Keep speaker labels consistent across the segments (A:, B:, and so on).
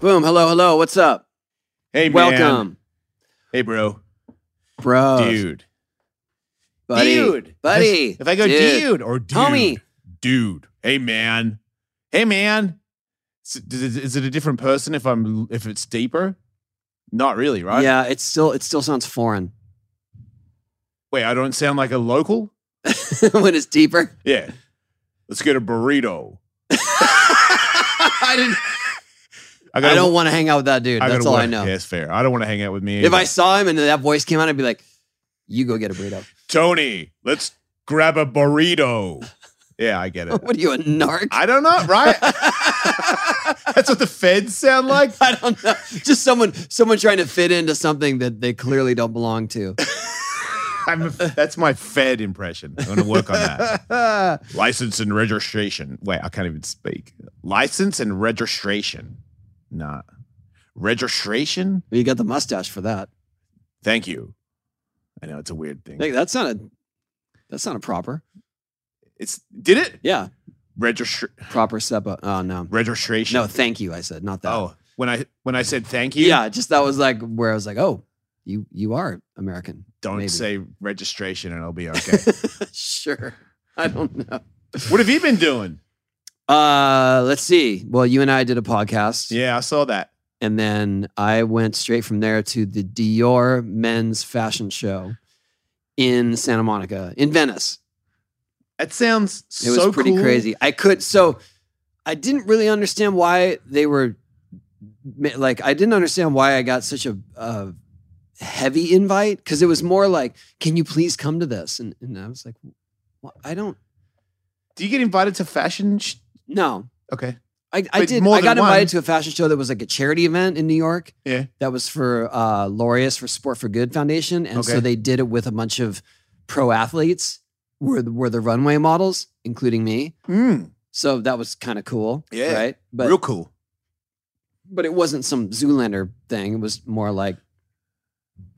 A: boom. Hello, hello. What's up?
B: Hey, man.
A: Welcome,
B: Hey, bro.
A: bro.
B: Dude.
A: buddy,
B: Dude.
A: buddy.
B: If I go dude, or dude,
A: Homie.
B: dude. Hey, man. Hey, man. S- d- d- Is it a different person if I'm if it's deeper? Not really, right?
A: yeah, it's still it still sounds foreign
B: Wait, I don't sound like a local.
A: when it's deeper.
B: Yeah. Let's get a burrito.
A: I didn't.
B: I,
A: I don't want to hang out with that dude.
B: gotta
A: That's all I
B: work.
A: know.
B: Yeah, it's fair. I don't want to hang out with me.
A: If I
B: either.
A: saw him and that voice came out, I'd be like, "You go get a burrito."
B: Tony, let's grab a burrito. Yeah, I get it.
A: what are you a narc?
B: I don't know, right? That's what the feds sound like.
A: I don't know. Just someone, someone trying to fit into something that they clearly don't belong to.
B: I'm that's my Fed impression. I'm gonna work on that. License and registration. Wait, I can't even speak. License and registration. Nah. Registration?
A: You got the mustache for that.
B: Thank you. I know it's a weird thing.
A: Like, that's not a. That's not a proper.
B: It's did it?
A: Yeah,
B: Registra-
A: proper SEPA. Oh no,
B: registration.
A: no, thank you. I said not that.
B: Oh, when I when I said thank you,
A: yeah, just that was like where I was like, oh, you you are American.
B: don't
A: maybe.
B: say registration and I'll be okay.
A: sure. I don't know.
B: what have you been doing?
A: Uh, let's see. Well, you and I did a podcast,
B: Yeah, I saw that.
A: and then I went straight from there to the Dior Men's Fashion Show in Santa Monica, in Venice.
B: That sounds
A: It was
B: so
A: pretty
B: cool.
A: crazy. I could so I didn't really understand why they were ma- like I didn't understand why I got such a, a heavy invite because it was more like, "Can you please come to this?" And, and I was like, well, "I don't
B: Do you get invited to fashion? Sh-
A: no."
B: okay.
A: I, I
B: But
A: did.
B: more
A: I got
B: than one.
A: invited to a fashion show that was like a charity event in New York.
B: Yeah.
A: that was for uh, laureus for Sport for Good Foundation, and so
B: Okay.
A: they did it with a bunch of pro athletes were the- were the runway models, including me.
B: Mm,
A: So that was kind of cool.
B: Yeah.
A: Right. But
B: real cool.
A: but it wasn't some Zoolander thing. It was more like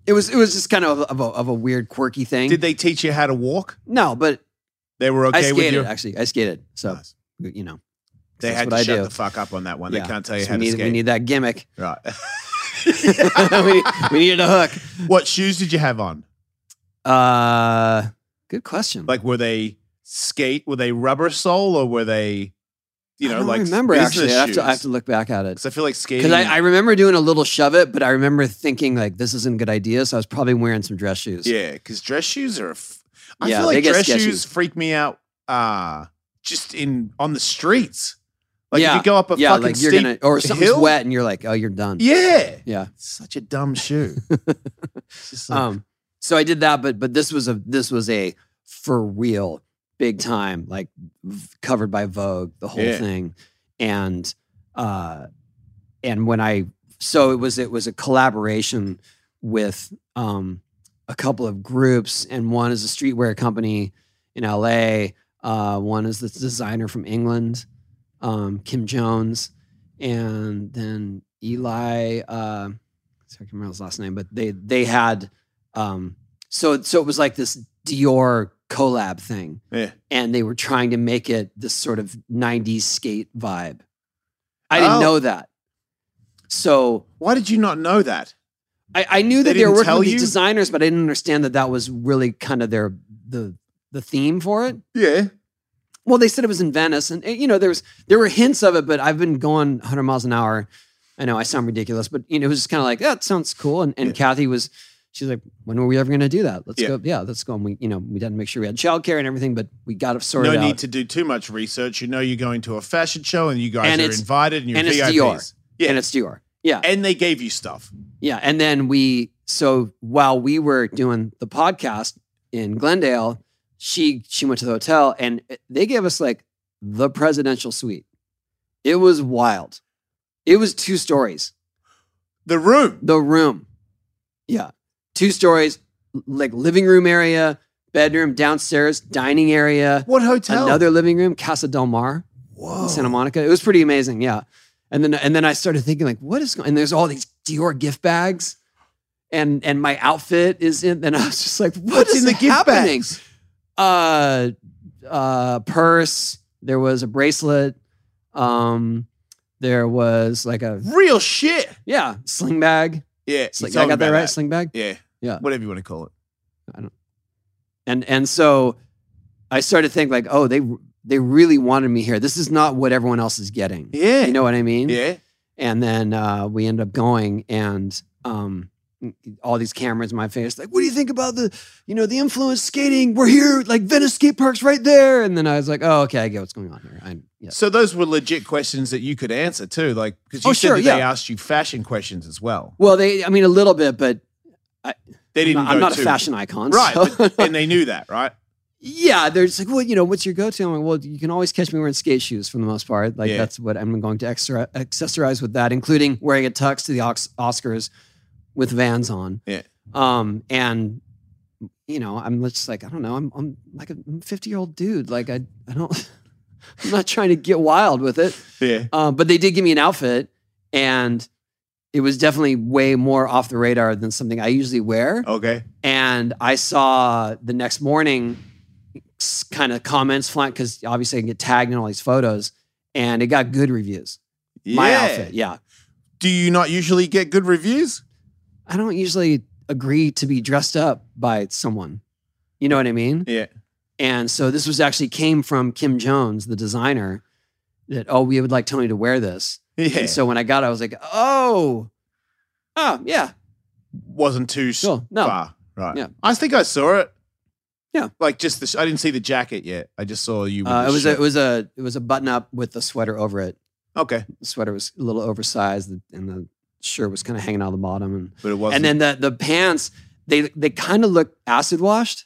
A: it was it was just kind of of a, of a weird quirky thing.
B: Did they teach you how to walk?
A: no, but
B: They were okay
A: I skated
B: with you.
A: actually. I skated. So
B: Nice.
A: you know.
B: They
A: that's
B: had
A: what
B: to
A: I
B: shut
A: do.
B: the fuck up on that one.
A: Yeah.
B: They can't tell you
A: so
B: how
A: we,
B: to
A: need,
B: skate.
A: we need that gimmick.
B: right.
A: we, we needed a hook.
B: what shoes did you have on?
A: Uh good question.
B: Like, were they skate? Were they rubber sole or were they, you know,
A: I don't
B: like
A: remember
B: business
A: actually. I have, to, I have
B: shoes?
A: to look back at it.
B: 'Cause I feel like skating.
A: Because I, I remember doing a little shove it, but I remember thinking like this isn't a good idea. So I was probably wearing some dress shoes.
B: Yeah, because dress shoes are. a F- I
A: Yeah,
B: feel
A: they
B: like
A: get
B: dress
A: sketchy.
B: shoes freak me out. Uh just in on the streets. Like
A: Yeah,
B: if you go up a
A: yeah,
B: fucking
A: like you're
B: steep
A: gonna or something's
B: hill?
A: wet and you're like, oh, you're done.
B: Yeah,
A: yeah.
B: such a dumb shoe. It's just like-
A: Um, so I did that, but but this was a this was a for real big time like v- covered by Vogue the whole
B: Yeah.
A: thing, and uh, and when I so it was it was a collaboration with um a couple of groups, and one is a streetwear company in L.A. Uh, one is this designer from England, um, Kim Jones, and then Eli. Uh, sorry, I can't remember his last name, but they they had um so so it was like this Dior collab thing.
B: Yeah.
A: And they were trying to make it this sort of 90s skate vibe. I didn't
B: Oh.
A: know that. So
B: Why did you not know that?
A: I, I knew that
B: They
A: they, were
B: didn't
A: working
B: tell
A: with these
B: you?
A: designers, but I didn't understand that that was really kind of their the the theme for it.
B: Yeah.
A: Well, they said it was in Venice, and eh, you know there was there were hints of it, but I've been going 100 miles an hour. I know I sound ridiculous, but you know it was just kind of like that sounds cool. And and
B: Yeah.
A: Kathy was, she's like, when were we ever going to do that? Let's
B: Yeah.
A: go, yeah, let's go. And we you know we had to make sure we had childcare and everything, but we got it sorted
B: No
A: out.
B: need to do too much research. You know you're going to a fashion show and you guys
A: And
B: are
A: it's-
B: invited and you're
A: and it's
B: VIPs.
A: Dior.
B: Yeah.
A: And
B: And,
A: it's Dior, yeah,
B: they gave you stuff.
A: yeah. And then we so while we were doing the podcast in Glendale, she she went to the hotel and eh, they gave us like the presidential suite. It was wild. It was two stories.
B: The room.
A: The room. Yeah. Two stories, l- like living room area, bedroom, downstairs, dining area,
B: What hotel?
A: another living room, Casa Del Mar
B: Whoa.
A: in Santa Monica. It was pretty amazing. Yeah. And then and then I started thinking, like, what is going and there's all these Dior gift bags. And and my outfit is in and I was just like,
B: What's in the gift
A: happening?
B: bags?
A: Uh uh purse. There was a bracelet. Um There was like a
B: Real shit.
A: yeah sling bag.
B: Yeah. you
A: Sling,
B: told
A: I
B: me
A: got that
B: about
A: right. Sling bag.
B: Yeah.
A: Yeah.
B: Whatever you want to call it.
A: and and so I started to think like, oh, they they really wanted me here. This is not what everyone else is getting.
B: Yeah.
A: You know what I mean?
B: Yeah.
A: And then uh, we end up going, and um, all these cameras in my face, like, what do you think about the, you know, the influence skating? We're here, like Venice skate park's right there. And then I was like, oh, okay, I get what's going on here. I, yeah.
B: So those were legit questions that you could answer too, like because you
A: Oh,
B: said
A: sure,
B: that they
A: yeah.
B: asked you fashion questions as well.
A: Well, they, I mean, a little bit, but
B: They didn't.
A: I'm not, I'm
B: go
A: not a
B: too-
A: fashion icon,
B: right?
A: so-
B: but- and they knew that, right?
A: Yeah, they're just like, well, you know, what's your go-to? I'm like, well, you can always catch me wearing skate shoes for the most part. Like
B: Yeah.
A: that's what I'm going to extra- accessorize with that, including wearing a tux to the Ox- Oscars with Vans on.
B: Yeah.
A: Um, and you know, I'm just like, I don't know, I'm I'm like a 50 year old dude. Like I I don't, I'm not trying to get wild with it.
B: Yeah.
A: Uh, but they did give me an outfit, and it was definitely way more off the radar than something I usually wear.
B: Okay.
A: And I saw the next morning kind of comments flying because obviously I can get tagged in all these photos and it got good reviews. My
B: Yeah.
A: outfit. Yeah.
B: Do you not usually get good reviews?
A: I don't usually agree to be dressed up by someone. You know what I mean?
B: Yeah.
A: And so this was actually came from Kim Jones, the designer, that, oh, we would like Tony to wear this.
B: Yeah.
A: And so when I got it, I was like, oh, oh, yeah.
B: Wasn't too s-
A: Sure. No.
B: far, right?
A: Yeah.
B: I think I saw it.
A: Yeah.
B: Like just the. Sh- I didn't see the jacket yet. I just saw you. With
A: Uh,
B: the
A: it was a,
B: shirt.
A: it was a it was a button up with a sweater over it.
B: okay,
A: the sweater was a little oversized and and the shirt was kind of hanging out of the bottom and
B: but it wasn't.
A: and then the the pants they they kind of look acid washed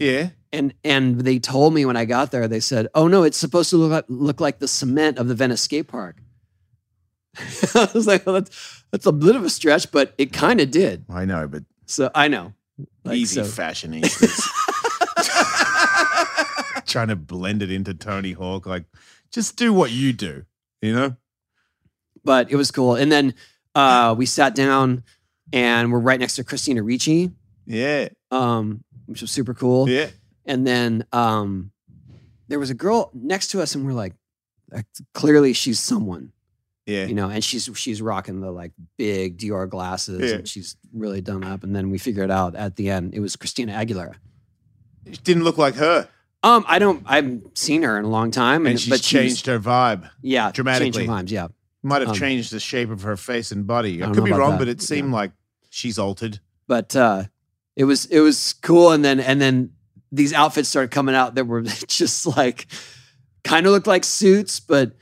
B: yeah.
A: and and they told me when I got there they said oh no it's supposed to look like, look like the cement of the Venice skate park I was like well that's that's a bit of a stretch but it kind of did
B: I know, but
A: so I know Like,
B: easy
A: so-
B: fashionistas. Trying to blend it into Tony Hawk, like just do what you do, you know?
A: but it was cool and then uh, we sat down and we're right next to Christina Ricci
B: Yeah,
A: um, which was super cool
B: yeah.
A: And then um, there was a girl next to us, and we're like, "That's- clearly she's someone,
B: Yeah.
A: you know, and she's she's rocking the like big Dior glasses,
B: Yeah.
A: and she's really done up. And then we figured out at the end it was Christina Aguilera.
B: It didn't look like her.
A: Um, I don't, I've seen her in a long time,
B: And
A: and,
B: she's
A: but she was-
B: changed her vibe.
A: yeah,
B: dramatically.
A: changed her vibes, yeah.
B: Might have
A: Um,
B: changed the shape of her face and body.
A: I
B: I,
A: don't
B: could
A: know
B: be
A: about
B: wrong,
A: that.
B: but it seemed like she's altered.
A: But uh, it was it was cool, and then and then these outfits started coming out that were just like kind of looked like suits, but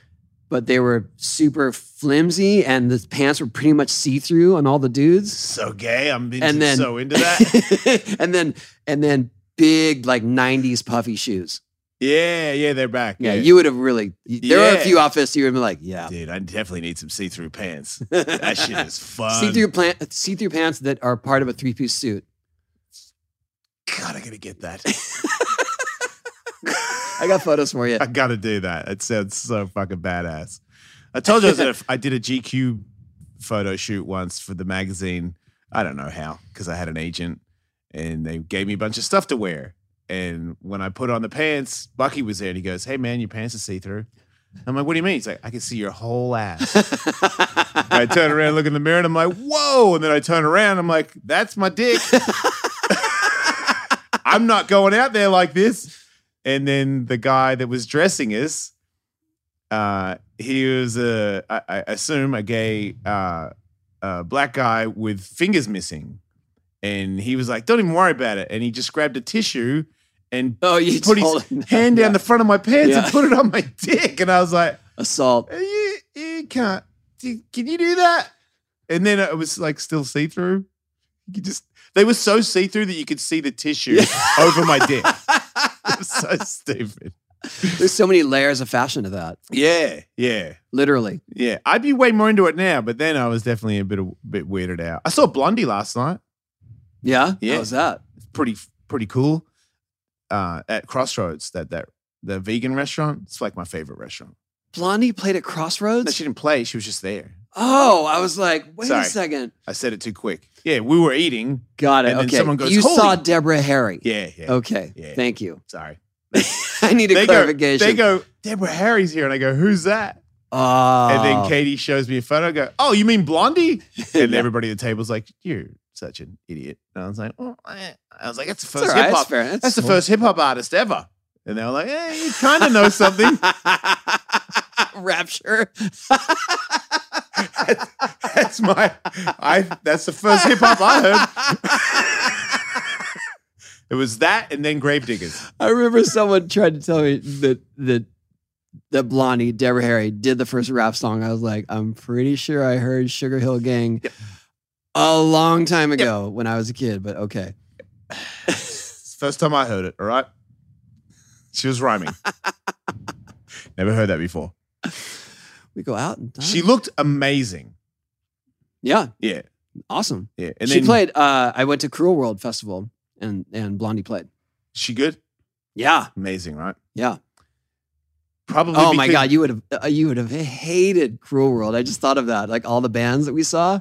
A: but they were super flimsy, and the pants were pretty much see through on all the dudes.
B: So gay. I'm into,
A: And then-
B: so into that.
A: and then and then big like '90s puffy shoes.
B: yeah, yeah, they're back.
A: Yeah, you would have really. There are
B: Yeah.
A: a few outfits you would have been like, yeah.
B: Dude, I definitely need some see through pants. That shit is fun.
A: See through plant, see through pants that are part of a three piece suit.
B: God, I gotta get that.
A: I got photos for you.
B: I gotta do that. It sounds so fucking badass. I told you I, was at a, I did a GQ photo shoot once for the magazine. I don't know how because I had an agent and they gave me a bunch of stuff to wear. And when I put on the pants, Bucky was there and he goes, "Hey man, your pants are see through." I'm like, "What do you mean?" He's like, "I can see your whole ass." I turn around, look in the mirror, and I'm like, "Whoa!" And then I turn around, I'm like, "That's my dick." I'm not going out there like this. And then the guy that was dressing us, uh, he was a, I, I assume, a gay uh, uh, black guy with fingers missing. And he was like, don't even worry about it. And he just grabbed a tissue and
A: oh, you
B: put
A: told
B: his hand down the front of my pants and
A: Yeah.
B: put it on my dick. And I was like,
A: assault.
B: "Uh, you, you can't, do- can you do that? And then it was like still see through. You just, they were so see through that you could see the tissue over my dick. It was so stupid.
A: There's so many layers of fashion to that.
B: Yeah, yeah,
A: Literally.
B: yeah. I'd be way more into it now, but then I was definitely a bit a bit weirded out. I saw Blondie last night.
A: Yeah.
B: Yeah.
A: How's that?
B: It's pretty pretty cool. Uh, at Crossroads, that that the vegan restaurant. It's like my favorite restaurant.
A: Blondie played at
B: No,
A: Crossroads.
B: she didn't play. She was just there.
A: oh, I was like, wait
B: Sorry.
A: a second.
B: I said it too quick. Yeah, we were eating.
A: Got it.
B: And then
A: okay.
B: someone goes,
A: you saw
B: "Holy-"
A: Deborah Harry.
B: Yeah, yeah.
A: Okay.
B: Yeah.
A: Thank you.
B: Sorry.
A: I need a
B: They go.
A: clarification.
B: They go. Deborah Harry's here, and I go, "Who's that?"
A: Oh,
B: And then Katie shows me a photo. I go, oh, you mean Blondie? And everybody at the table's like, you're such an idiot. And I was like, oh, eh. I was like, that's the
A: it's all
B: first
A: right.
B: hip
A: It's
B: hop.
A: fair.
B: That's the first hip hop artist ever. And they were like, eh, you kind of know something.
A: Rapture.
B: that's my, I. That's the first hip hop I heard. It was that, and then Gravediggers.
A: I remember someone tried to tell me that that that Blondie, Deborah Harry, did the first rap song. I was like, I'm pretty sure I heard Sugar Hill Gang a long time ago when I was a kid, but okay.
B: It's the First time I heard it. All right, she was rhyming. Never heard that before.
A: We go out and
B: She looked amazing.
A: Yeah,
B: Yeah,
A: awesome.
B: yeah. And
A: she
B: then,
A: played uh I went to Cruel World Festival and and Blondie played.
B: She good.
A: Yeah.
B: Amazing, right?
A: Yeah.
B: Probably.
A: Oh my
B: because-
A: god, you would have uh, you would have hated Cruel World. I just thought of that. Like all the bands that we saw,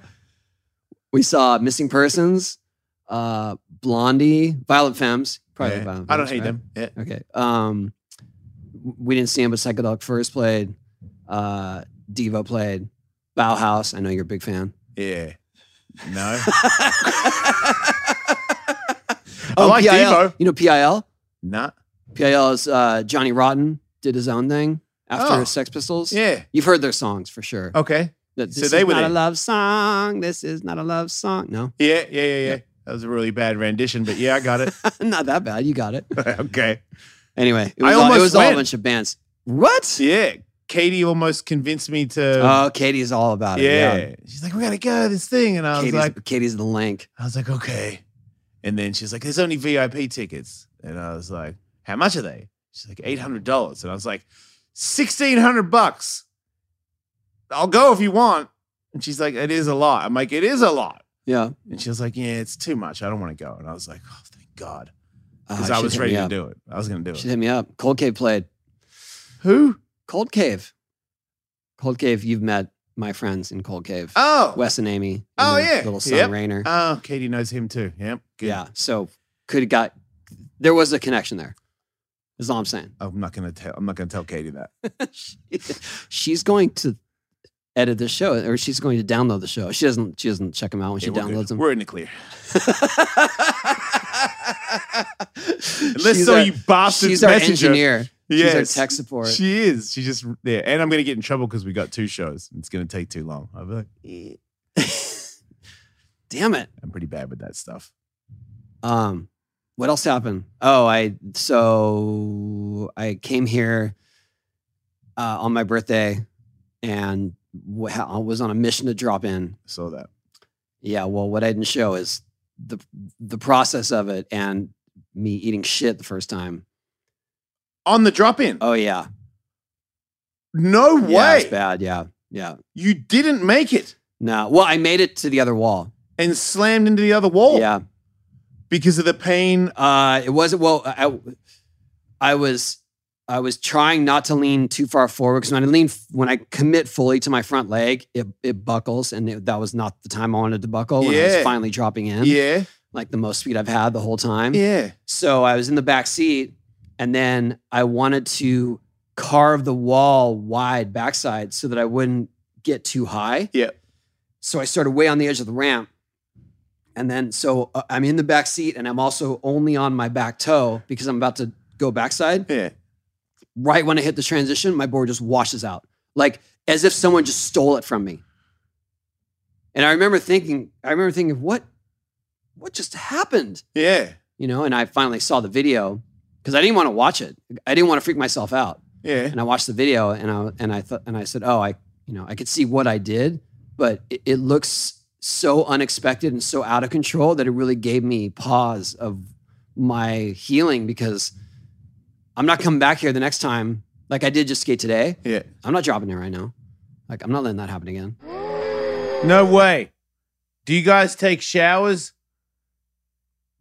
A: we saw Missing Persons, uh, Blondie, Violent Femmes. Probably
B: Yeah.
A: Violent
B: I don't
A: Femmes,
B: hate
A: right?
B: them. Yeah.
A: Okay. Um, w- we didn't see him, but Psychedelic Furs played. Uh, Devo played. Bauhaus. I know you're a big fan.
B: Yeah. No.
A: Oh,
B: like
A: PIL.
B: Devo.
A: You know PIL.
B: nah.
A: PIL is uh, Johnny Rotten did his own thing after
B: Oh.
A: Sex Pistols.
B: Yeah.
A: You've heard their songs for sure.
B: Okay.
A: That
B: Oh, So
A: this
B: they
A: is
B: were
A: not a
B: there.
A: love song. This is not a love song. No,
B: Yeah, yeah, yeah, yeah. That was a really bad rendition, but yeah, I got it.
A: not that bad. You got it.
B: okay.
A: Anyway, it
B: I
A: was, all, it
B: almost
A: was all a
B: went.
A: bunch of bands. What?
B: Yeah. Katie almost convinced me to.
A: Oh, Katie's all about it.
B: yeah.
A: Yeah.
B: She's like, we got to go to this thing. And I was
A: Katie's,
B: like,
A: Katie's the link.
B: I was like, okay. And then she's like, there's only VIP tickets. And I was like, how much are they? She's like, $800. And I was like, 1600 bucks. I'll go if you want. And she's like, it is a lot. I'm like, it is a lot.
A: Yeah.
B: And she was like, yeah, it's too much. I don't want to go. And I was like, oh, thank God.
A: Oh,
B: Because
A: she
B: I was
A: hit
B: ready
A: me
B: to
A: up.
B: do it. I was going to do
A: She
B: it.
A: hit me up. Cold Cave played.
B: Who?
A: Cold Cave. Cold Cave. You've met my friends in Cold Cave.
B: Oh.
A: Wes and Amy. and
B: Oh,
A: their
B: yeah.
A: Little son
B: Yep.
A: Rainer.
B: Oh, Katie knows him too. Yep. Good.
A: yeah. So could have got. There was a connection there. Is all I'm saying.
B: I'm not gonna tell. I'm not gonna tell Katie that.
A: she's going to edit the show or she's going to download the show. She doesn't she doesn't check them out when she
B: Yeah, we're
A: downloads
B: good.
A: them.
B: We're in the clear. Unless
A: she's
B: so,
A: our,
B: you bastards.
A: she's our
B: messenger.
A: engineer.
B: Yes.
A: She's our tech support.
B: She is. She just yeah. And I'm gonna get in trouble because we got two shows. It's gonna take too long. I'll be like,
A: Damn it.
B: I'm pretty bad with that stuff.
A: Um what else happened? Oh, I so I came here uh, on my birthday and wa- I was on a mission to drop in
B: Saw that.
A: Yeah, well, what I didn't show is the the process of it and me eating shit the first time.
B: On the drop in.
A: Oh yeah,
B: no
A: yeah, it's
B: way.
A: bad. Yeah, yeah.
B: you didn't make it
A: No, well, I made it to the other wall.
B: and slammed into the other wall
A: Yeah,
B: because of the pain.
A: uh, it wasn't. Well, I, I was I was trying not to lean too far forward because when I lean when I commit fully to my front leg, it it buckles, and it, that was not the time I wanted to buckle when I was
B: Yeah.
A: finally dropping in.
B: Yeah.
A: like the most speed I've had the whole time.
B: Yeah.
A: So I was in the back seat, and then I wanted to carve the wall wide backside so that I wouldn't get too high.
B: Yeah.
A: So I started way on the edge of the ramp, and then so uh, I'm in the back seat, and I'm also only on my back toe because I'm about to go backside.
B: Yeah.
A: Right when I hit the transition, my board just washes out, like as if someone just stole it from me. And I remember thinking, I remember thinking, what, what just happened?
B: Yeah.
A: you know, and I finally saw the video because I didn't want to watch it. I didn't want to freak myself out.
B: Yeah.
A: And I watched the video and I and I thought and I said, "Oh, I, you know, I could see what I did, but it, it looks so unexpected and so out of control that it really gave me pause of my healing because I'm not coming back here the next time like I did just skate today.
B: Yeah.
A: I'm not dropping it right now. Like I'm not letting that happen again.
B: No way. Do you guys take showers?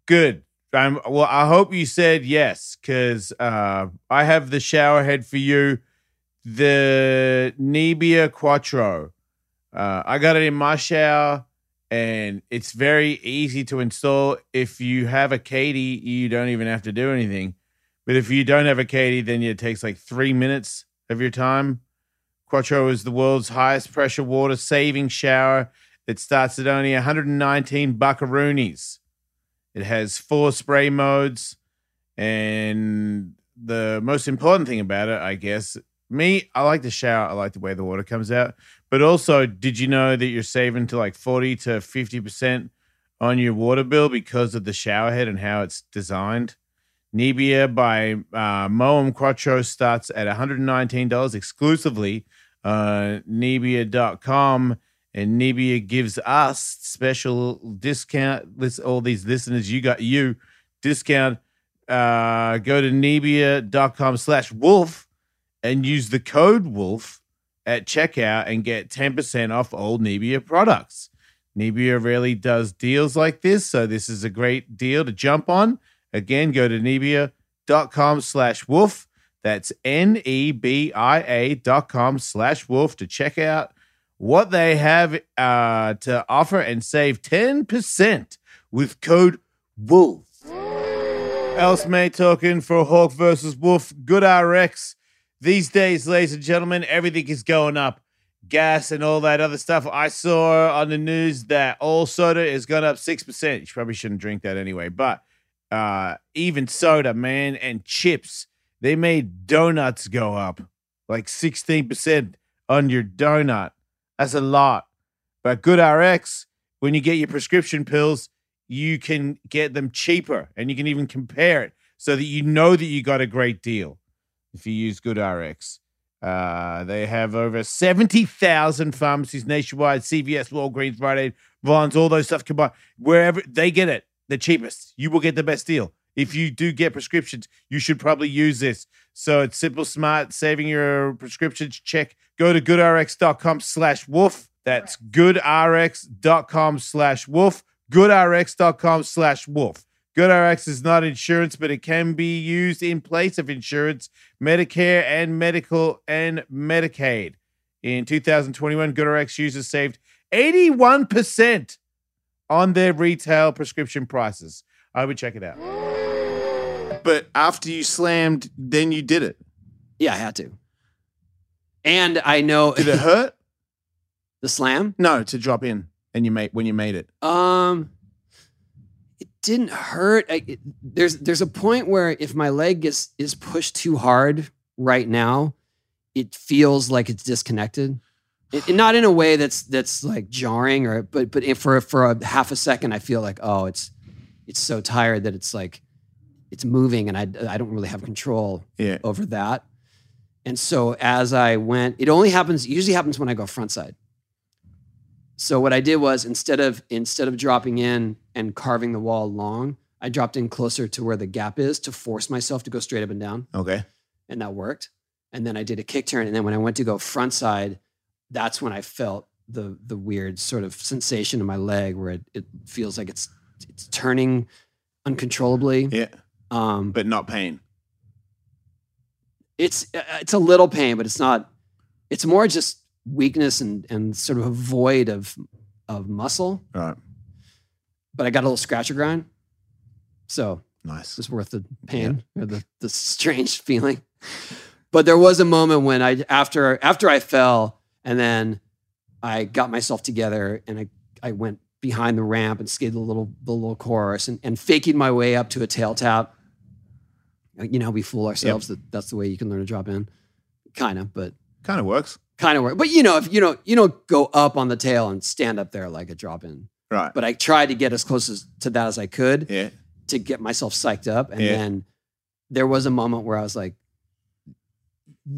B: Good. I'm, well, I hope you said yes, because uh, I have the shower head for you, the Nebia Quattro. Uh, I got it in my shower, and it's very easy to install. If you have a Katie, you don't even have to do anything. But if you don't have a Katie, then it takes like three minutes of your time. Quattro is the world's highest pressure water saving shower. It starts at only 119 buckaroonies. It has four spray modes. And the most important thing about it, I guess, me, I like the shower. I like the way the water comes out. But also, did you know that you're saving to like 40 to 50% on your water bill because of the shower head and how it's designed? Nibia by uh, Moam Quattro starts at $119 exclusively uh, Nibia.com. And Nibia gives us special discount. List all these listeners, you got you discount. Uh, go to Nibia.com slash wolf and use the code wolf at checkout and get 10% off all Nibia products. Nibia rarely does deals like this, so this is a great deal to jump on. Again, go to Nebia.com slash wolf. That's E N-E-B-I-A dot com slash wolf to check out what they have uh, to offer and save 10% with code WOLF. Else may talking for Hawk versus Wolf, good RX. These days, ladies and gentlemen, everything is going up. Gas and all that other stuff. I saw on the news that all soda is going up 6%. You probably shouldn't drink that anyway, but uh, even soda, man, and chips. They made donuts go up like 16% on your donut. That's a lot. But Good RX, when you get your prescription pills, you can get them cheaper and you can even compare it so that you know that you got a great deal if you use Good RX. Uh, they have over 70,000 pharmacies nationwide, CVS, Walgreens, Rite Aid, Vons, all those stuff combined. Wherever they get it, the cheapest. You will get the best deal. If you do get prescriptions, you should probably use this. So it's simple, smart, saving your prescriptions. Check, go to goodrx.com slash wolf. That's goodrx.com slash wolf. Goodrx.com slash wolf. GoodRx is not insurance, but it can be used in place of insurance, Medicare and medical and Medicaid. In 2021, GoodRx users saved 81% on their retail prescription prices. I would check it out.
C: But after you slammed, then you did it.
A: Yeah, I had to. And I know
B: Did it hurt?
A: the slam.
B: No, to drop in and you made when you made it.
A: Um, it didn't hurt. I, it- there's there's a point where if my leg is is pushed too hard right now, it feels like it's disconnected. It, and not in a way that's that's like jarring or but but if for for a half a second I feel like oh it's it's so tired that it's like it's moving and I I don't really have control
B: Yeah.
A: over that. And so as I went, it only happens, it usually happens when I go front side. So what I did was instead of instead of dropping in and carving the wall long, I dropped in closer to where the gap is to force myself to go straight up and down.
B: Okay.
A: And that worked. And then I did a kick turn. And then when I went to go front side, that's when I felt the the weird sort of sensation in my leg where it, it feels like it's it's turning uncontrollably.
B: Yeah.
A: Um,
B: But not pain.
A: it's uh, it's a little pain, but it's not. It's more just weakness and and sort of a void of of muscle.
B: Right.
A: But I got a little scratch or grind, so it
B: Nice.
A: was worth the pain or the the strange feeling. But there was a moment when I after after I fell and then I got myself together and I I went behind the ramp and skated a little the little chorus and, and faking my way up to a tail tap. You know how we fool ourselves that that's the way you can learn to drop in, kind of, but
B: Kind of works.
A: kind of work. But you know if you don't you don't go up on the tail and stand up there like a drop in.
B: Right.
A: But I tried to get as close as, to that as I could
B: Yeah.
A: to get myself psyched up. And
B: Yeah.
A: then there was a moment where I was like,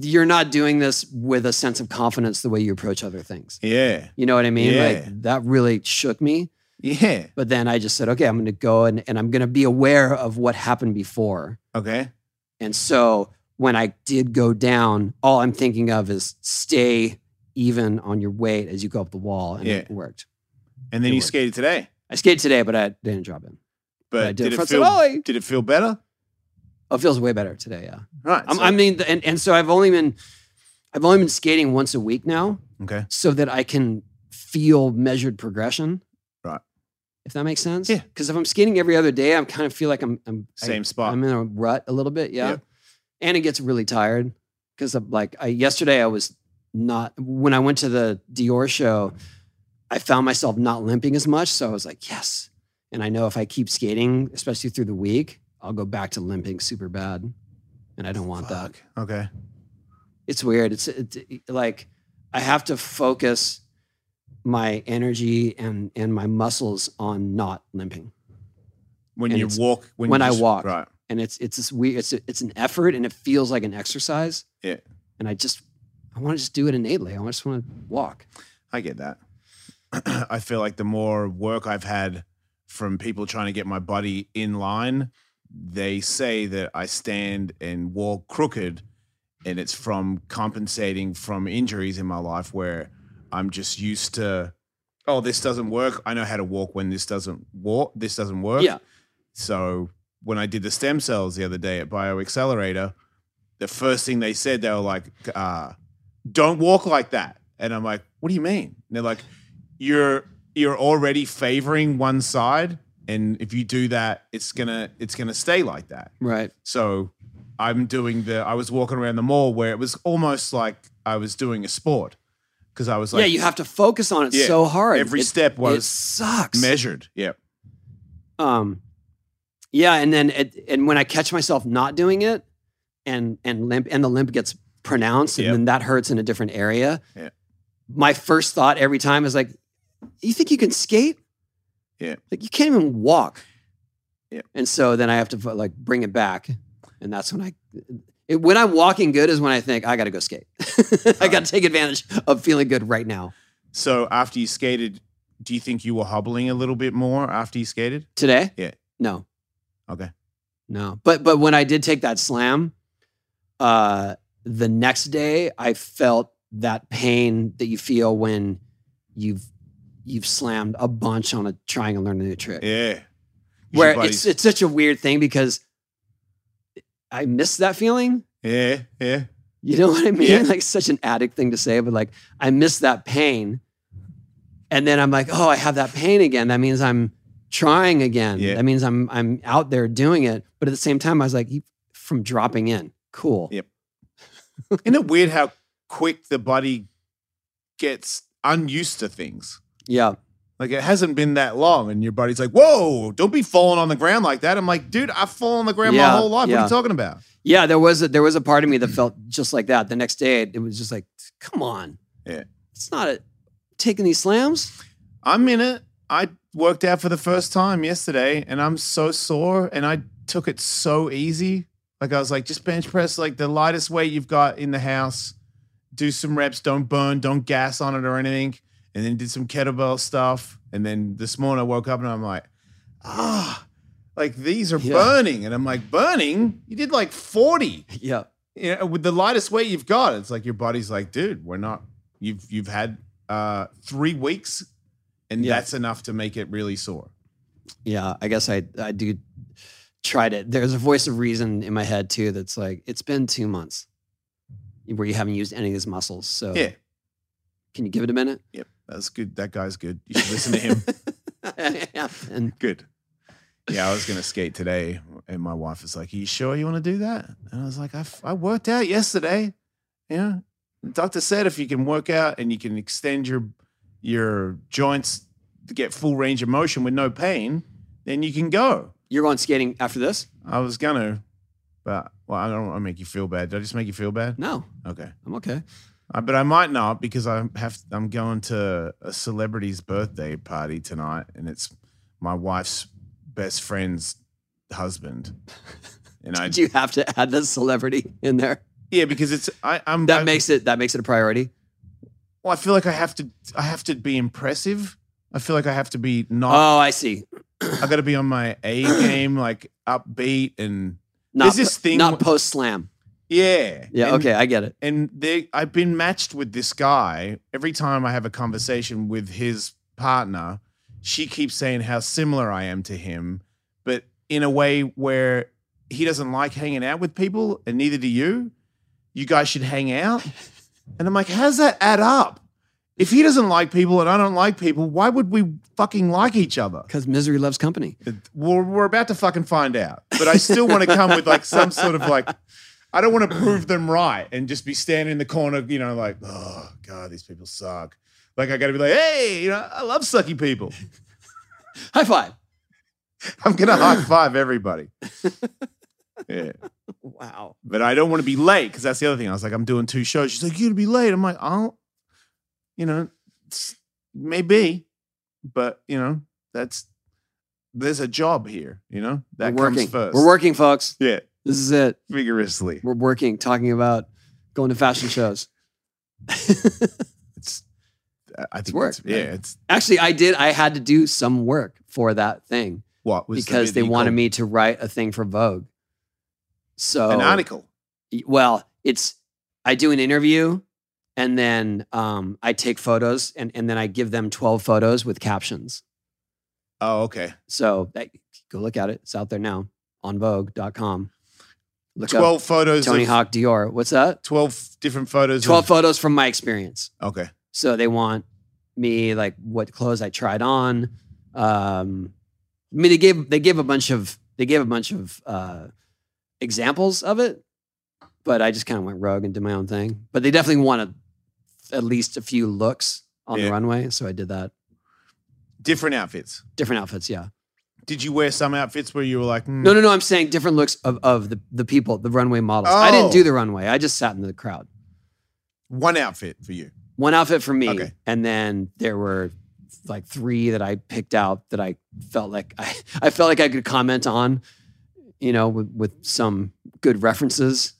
A: you're not doing this with a sense of confidence the way you approach other things.
B: Yeah.
A: You know what I mean?
B: Yeah.
A: Like that really shook me.
B: Yeah.
A: But then I just said, okay, I'm going to go and, and I'm going to be aware of what happened before.
B: Okay.
A: And so when I did go down, all I'm thinking of is stay even on your weight as you go up the wall. And it worked.
B: And then
A: It
B: you
A: worked.
B: skated today.
A: I skated today, but I didn't drop in.
B: But
A: I
B: did, it
A: front side
B: feel
A: volley.
B: did it feel better?
A: Oh, it feels way better today. Yeah.
B: Right.
A: I'm,
B: so-
A: I mean, and, and so I've only been, I've only been skating once a week now,
B: okay.
A: so that I can feel measured progression.
B: Right.
A: If that makes sense.
B: Yeah.
A: Because if I'm skating every other day, I'm kind of feel like I'm, I'm I-
B: Same spot.
A: I'm in a rut a little bit. Yeah.
B: Yep.
A: And it gets really tired because I'm like, I yesterday I was not when I went to the Dior show, I found myself not limping as much. So I was like, yes. And I know if I keep skating, especially through the week, I'll go back to limping super bad. And I don't want that.
B: Fuck. Okay.
A: It's weird. It's it, it- like I have to focus my energy and and my muscles on not limping.
B: When
A: And
B: you
A: it's-
B: walk, when,
A: when
B: you
A: I
B: just-
A: walk.
B: right?
A: And it's it's this weird. It's it's an effort, and it feels like an exercise.
B: Yeah.
A: And I just I want to just do it innately. I just want to walk.
B: I get that. I feel like the more work I've had from people trying to get my body in line, they say that I stand and walk crooked, and it's from compensating from injuries in my life where I'm just used to, oh, this doesn't work. I know how to walk when this doesn't walk. This doesn't work.
A: Yeah.
B: So when I did the stem cells the other day at BioAccelerator, the first thing they said, they were like, uh, don't walk like that. And I'm like, what do you mean? And they're like, you're you're already favoring one side. And if you do that, it's gonna it's gonna stay like that.
A: Right.
B: So I'm doing the I was walking around the mall where it was almost like I was doing a sport. Cause I was like
A: yeah, you have to focus on it
B: Yeah,
A: so hard.
B: every
A: It-
B: step
A: it
B: was
A: sucks.
B: measured. Yeah.
A: um, yeah, and then it, and when I catch myself not doing it, and and limp and the limp gets pronounced, and
B: Yep.
A: then that hurts in a different area.
B: Yeah.
A: My first thought every time is like, "You think you can skate?
B: Yeah.
A: like you can't even walk."
B: Yeah.
A: and so then I have to like bring it back, and that's when I. It, when I'm walking good is when I think I got to go skate. I got to take advantage of feeling good right now.
B: So after you skated, do you think you were hobbling a little bit more after you skated?
A: Today?
B: Yeah.
A: No.
B: Okay.
A: No. But but when I did take that slam, uh the next day I felt that pain that you feel when you've you've slammed a bunch on a trying to learn a new trick.
B: Yeah. 'Cause your
A: Where it's
B: body's-
A: it's such a weird thing because I miss that feeling.
B: yeah, yeah.
A: You know what I mean?
B: Yeah.
A: Like such an addict thing to say, but like I miss that pain. And then I'm like, oh, I have that pain again. That means I'm trying again.
B: Yeah.
A: That means I'm I'm out there doing it. But at the same time, I was like, you- from dropping in. Cool.
B: Yeah. Isn't it weird how quick the body gets unused to things?
A: Yeah.
B: Like it hasn't been that long, and your body's like, "Whoa, don't be falling on the ground like that." I'm like, "Dude, I've fallen on the ground
A: Yeah,
B: my whole life. What are
A: yeah.
B: you talking about?"
A: Yeah. There was a there was a part of me that felt just like that. The next day it was just like, come on.
B: Yeah.
A: It's not a, taking these slams.
B: I'm in it. I worked out for the first time yesterday, and I'm so sore, and I took it so easy. Like I was like, just bench press like the lightest weight you've got in the house. Do some reps. Don't burn. Don't gas on it or anything. And then did some kettlebell stuff. And then this morning I woke up and I'm like, ah, like these are
A: Yeah.
B: burning. And I'm like, burning? You did like 40
A: Yeah.
B: you know, with the lightest weight you've got, it's like your body's like, dude, we're not. You've you've had uh, three weeks, and
A: Yeah.
B: that's enough to make it really sore.
A: Yeah, I guess I I do try to. There's a voice of reason in my head too that's like, it's been two months where you haven't used any of these muscles. So
B: Yeah,
A: can you give it a minute?
B: that's good. That guy's good. You should listen to him.
A: and
B: good. Yeah, I was gonna skate today, and my wife was like, "Are you sure you want to do that?" And I was like, "I f- I worked out yesterday. Yeah, the doctor said if you can work out and you can extend your your joints to get full range of motion with no pain, then you can go."
A: you're going skating after this?
B: I was gonna, but well, I don't want to make you feel bad. Did I just make you feel bad?
A: No,
B: Okay,
A: I'm okay.
B: uh, but I might not because I have. I'm going to a celebrity's birthday party tonight, and it's my wife's best friend's husband. And I
A: Did you have to add the celebrity in there?
B: yeah, because it's I, I'm
A: That
B: I-
A: makes it that makes it a priority.
B: Well, I feel like I have to. I have to be impressive. I feel like I have to be not.
A: Oh, I see.
B: I got to be on my A game, like upbeat and
A: Not
B: There's this
A: po-
B: thing
A: not
B: wh-
A: post slam.
B: yeah.
A: Yeah,
B: And-
A: okay, I get it.
B: and they I've been matched with this guy. Every time I have a conversation with his partner, she keeps saying how similar I am to him, but in a way where he doesn't like hanging out with people, and neither do you. You guys should hang out. And I'm like, how does that add up? If he doesn't like people and I don't like people, why would we fucking like each other?
A: Because misery loves company.
B: We're, we're about to fucking find out. But I still want to come with like some sort of like, I don't want to prove them right and just be standing in the corner, you know, like, oh god, these people suck. Like I got to be like, hey, you know, I love sucky people.
A: High five.
B: I'm gonna high five everybody. Yeah.
A: Wow.
B: but I don't want to be late because that's the other thing. I was like, I'm doing two shows. She's like, you're gonna be late. I'm like, I'll, you know, it's- maybe, but you know, that's there's a job here. You know, that
A: We're working.
B: comes first.
A: We're working, folks.
B: yeah,
A: This is it.
B: vigorously.
A: We're working, talking about going to fashion shows.
B: It's, I- I think,
A: work,
B: it's yeah,
A: right?
B: it's
A: Actually, I did. I had to do some work for that thing
B: what was the
A: because
B: bit
A: they
B: that you
A: wanted
B: called
A: me to write a thing for Vogue. So
B: an article.
A: well it's i do an interview and then um, i take photos and, and then i give them 12 photos with captions
B: Oh, okay.
A: so that, go look at it it's out there now on vogue.com look up
B: Twelve photos.
A: tony
B: of,
A: hawk dior what's that
B: Twelve different photos.
A: 12
B: Of,
A: photos from my experience
B: okay.
A: so they want me like what clothes i tried on um, i mean they gave they gave a bunch of they gave a bunch of uh, examples of it but i just kind of went rogue and did my own thing but they definitely wanted at least a few looks on
B: Yeah.
A: the runway so i did that
B: Different outfits.
A: different outfits yeah
B: Did you wear some outfits where you were like, "Hmm,
A: no no no i'm saying different looks of, of the, the people the runway models i didn't
B: Oh.
A: do the runway i just sat in the crowd
B: one outfit for you?
A: one outfit for me
B: Okay.
A: and then there were like three that i picked out that i felt like i, I felt like i could comment on you know with, with some good references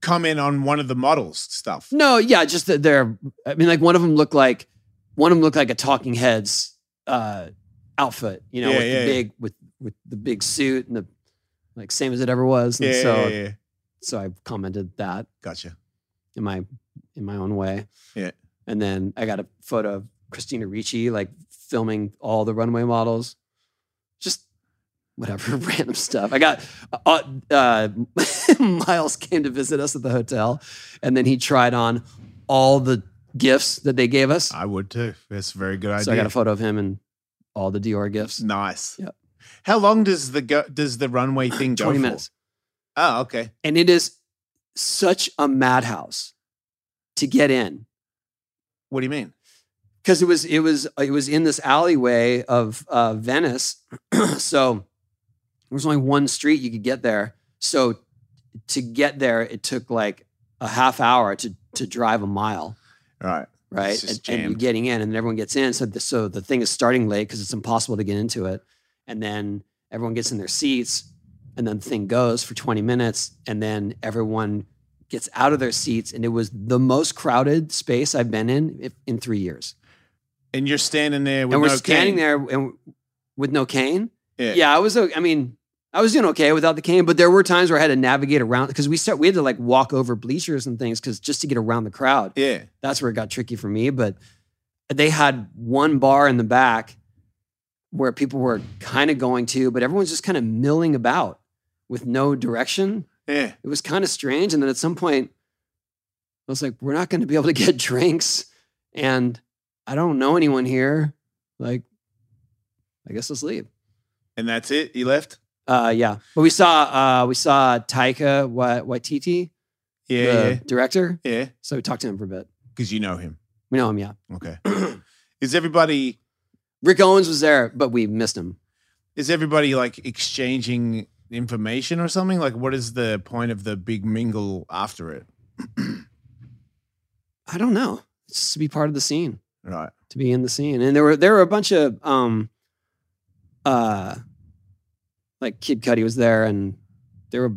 B: Comment on one of the models stuff.
A: no yeah just that they're i mean like one of them looked like one of them looked like a talking heads uh outfit you know
B: Yeah,
A: with
B: yeah, yeah.
A: the big with with the big suit and the like same as it ever was and so
B: yeah.
A: so i commented that
B: Gotcha.
A: in my in my own way.
B: Yeah.
A: And then I got a photo of Christina Ricci like filming all the runway models, just whatever random stuff. I got uh, uh, Miles came to visit us at the hotel, and then he tried on all the gifts that they gave us.
B: I would too. That's a very good idea.
A: so I got a photo of him and all the Dior gifts.
B: nice.
A: Yep.
B: How long does the go- does the runway thing go?
A: Twenty
B: for?
A: minutes,
B: Oh, okay.
A: and it is such a madhouse to get in.
B: What do you mean?
A: because it was it was it was in this alleyway of uh, Venice, so there was only one street you could get there. So to get there, it took like a half hour to to drive a mile,
B: All right.
A: right?
B: It's just
A: and, and you're
B: jammed.
A: getting in, and then everyone gets in. So the, so the thing is starting late because it's impossible to get into it, and then everyone gets in their seats, and then the thing goes for 20 minutes, and then everyone gets out of their seats, and it was the most crowded space I've been in if, in three years
B: And you're standing there with
A: and we're
B: no
A: standing
B: cane.
A: there and with no cane.
B: Yeah.
A: I was. o- I mean, I was doing okay without the cane, but there were times where I had to navigate around because we start. We had to like walk over bleachers and things because just to get around the crowd.
B: Yeah.
A: That's where it got tricky for me. But they had one bar in the back where people were kind of going to, but everyone's just kind of milling about with no direction.
B: Yeah.
A: It was kind of strange. And then at some point, I was like, we're not going to be able to get drinks. And I don't know anyone here. Like, I guess let's leave.
B: And that's it. You left.
A: Uh, yeah. But we saw, uh, we saw Taika Wa- Waititi,
B: Yeah.
A: the director.
B: yeah. Yeah.
A: So we talked to him for a bit.
B: Because you know him.
A: We know him. Yeah.
B: Okay. is everybody
A: Rick Owens was there, but we missed him.
B: is everybody like exchanging information or something? Like, what is the point of the big mingle after it?
A: I don't know. It's just to be part of the scene.
B: Right.
A: to be in the scene. And there were there were a bunch of um uh like Kid Cudi was there and there were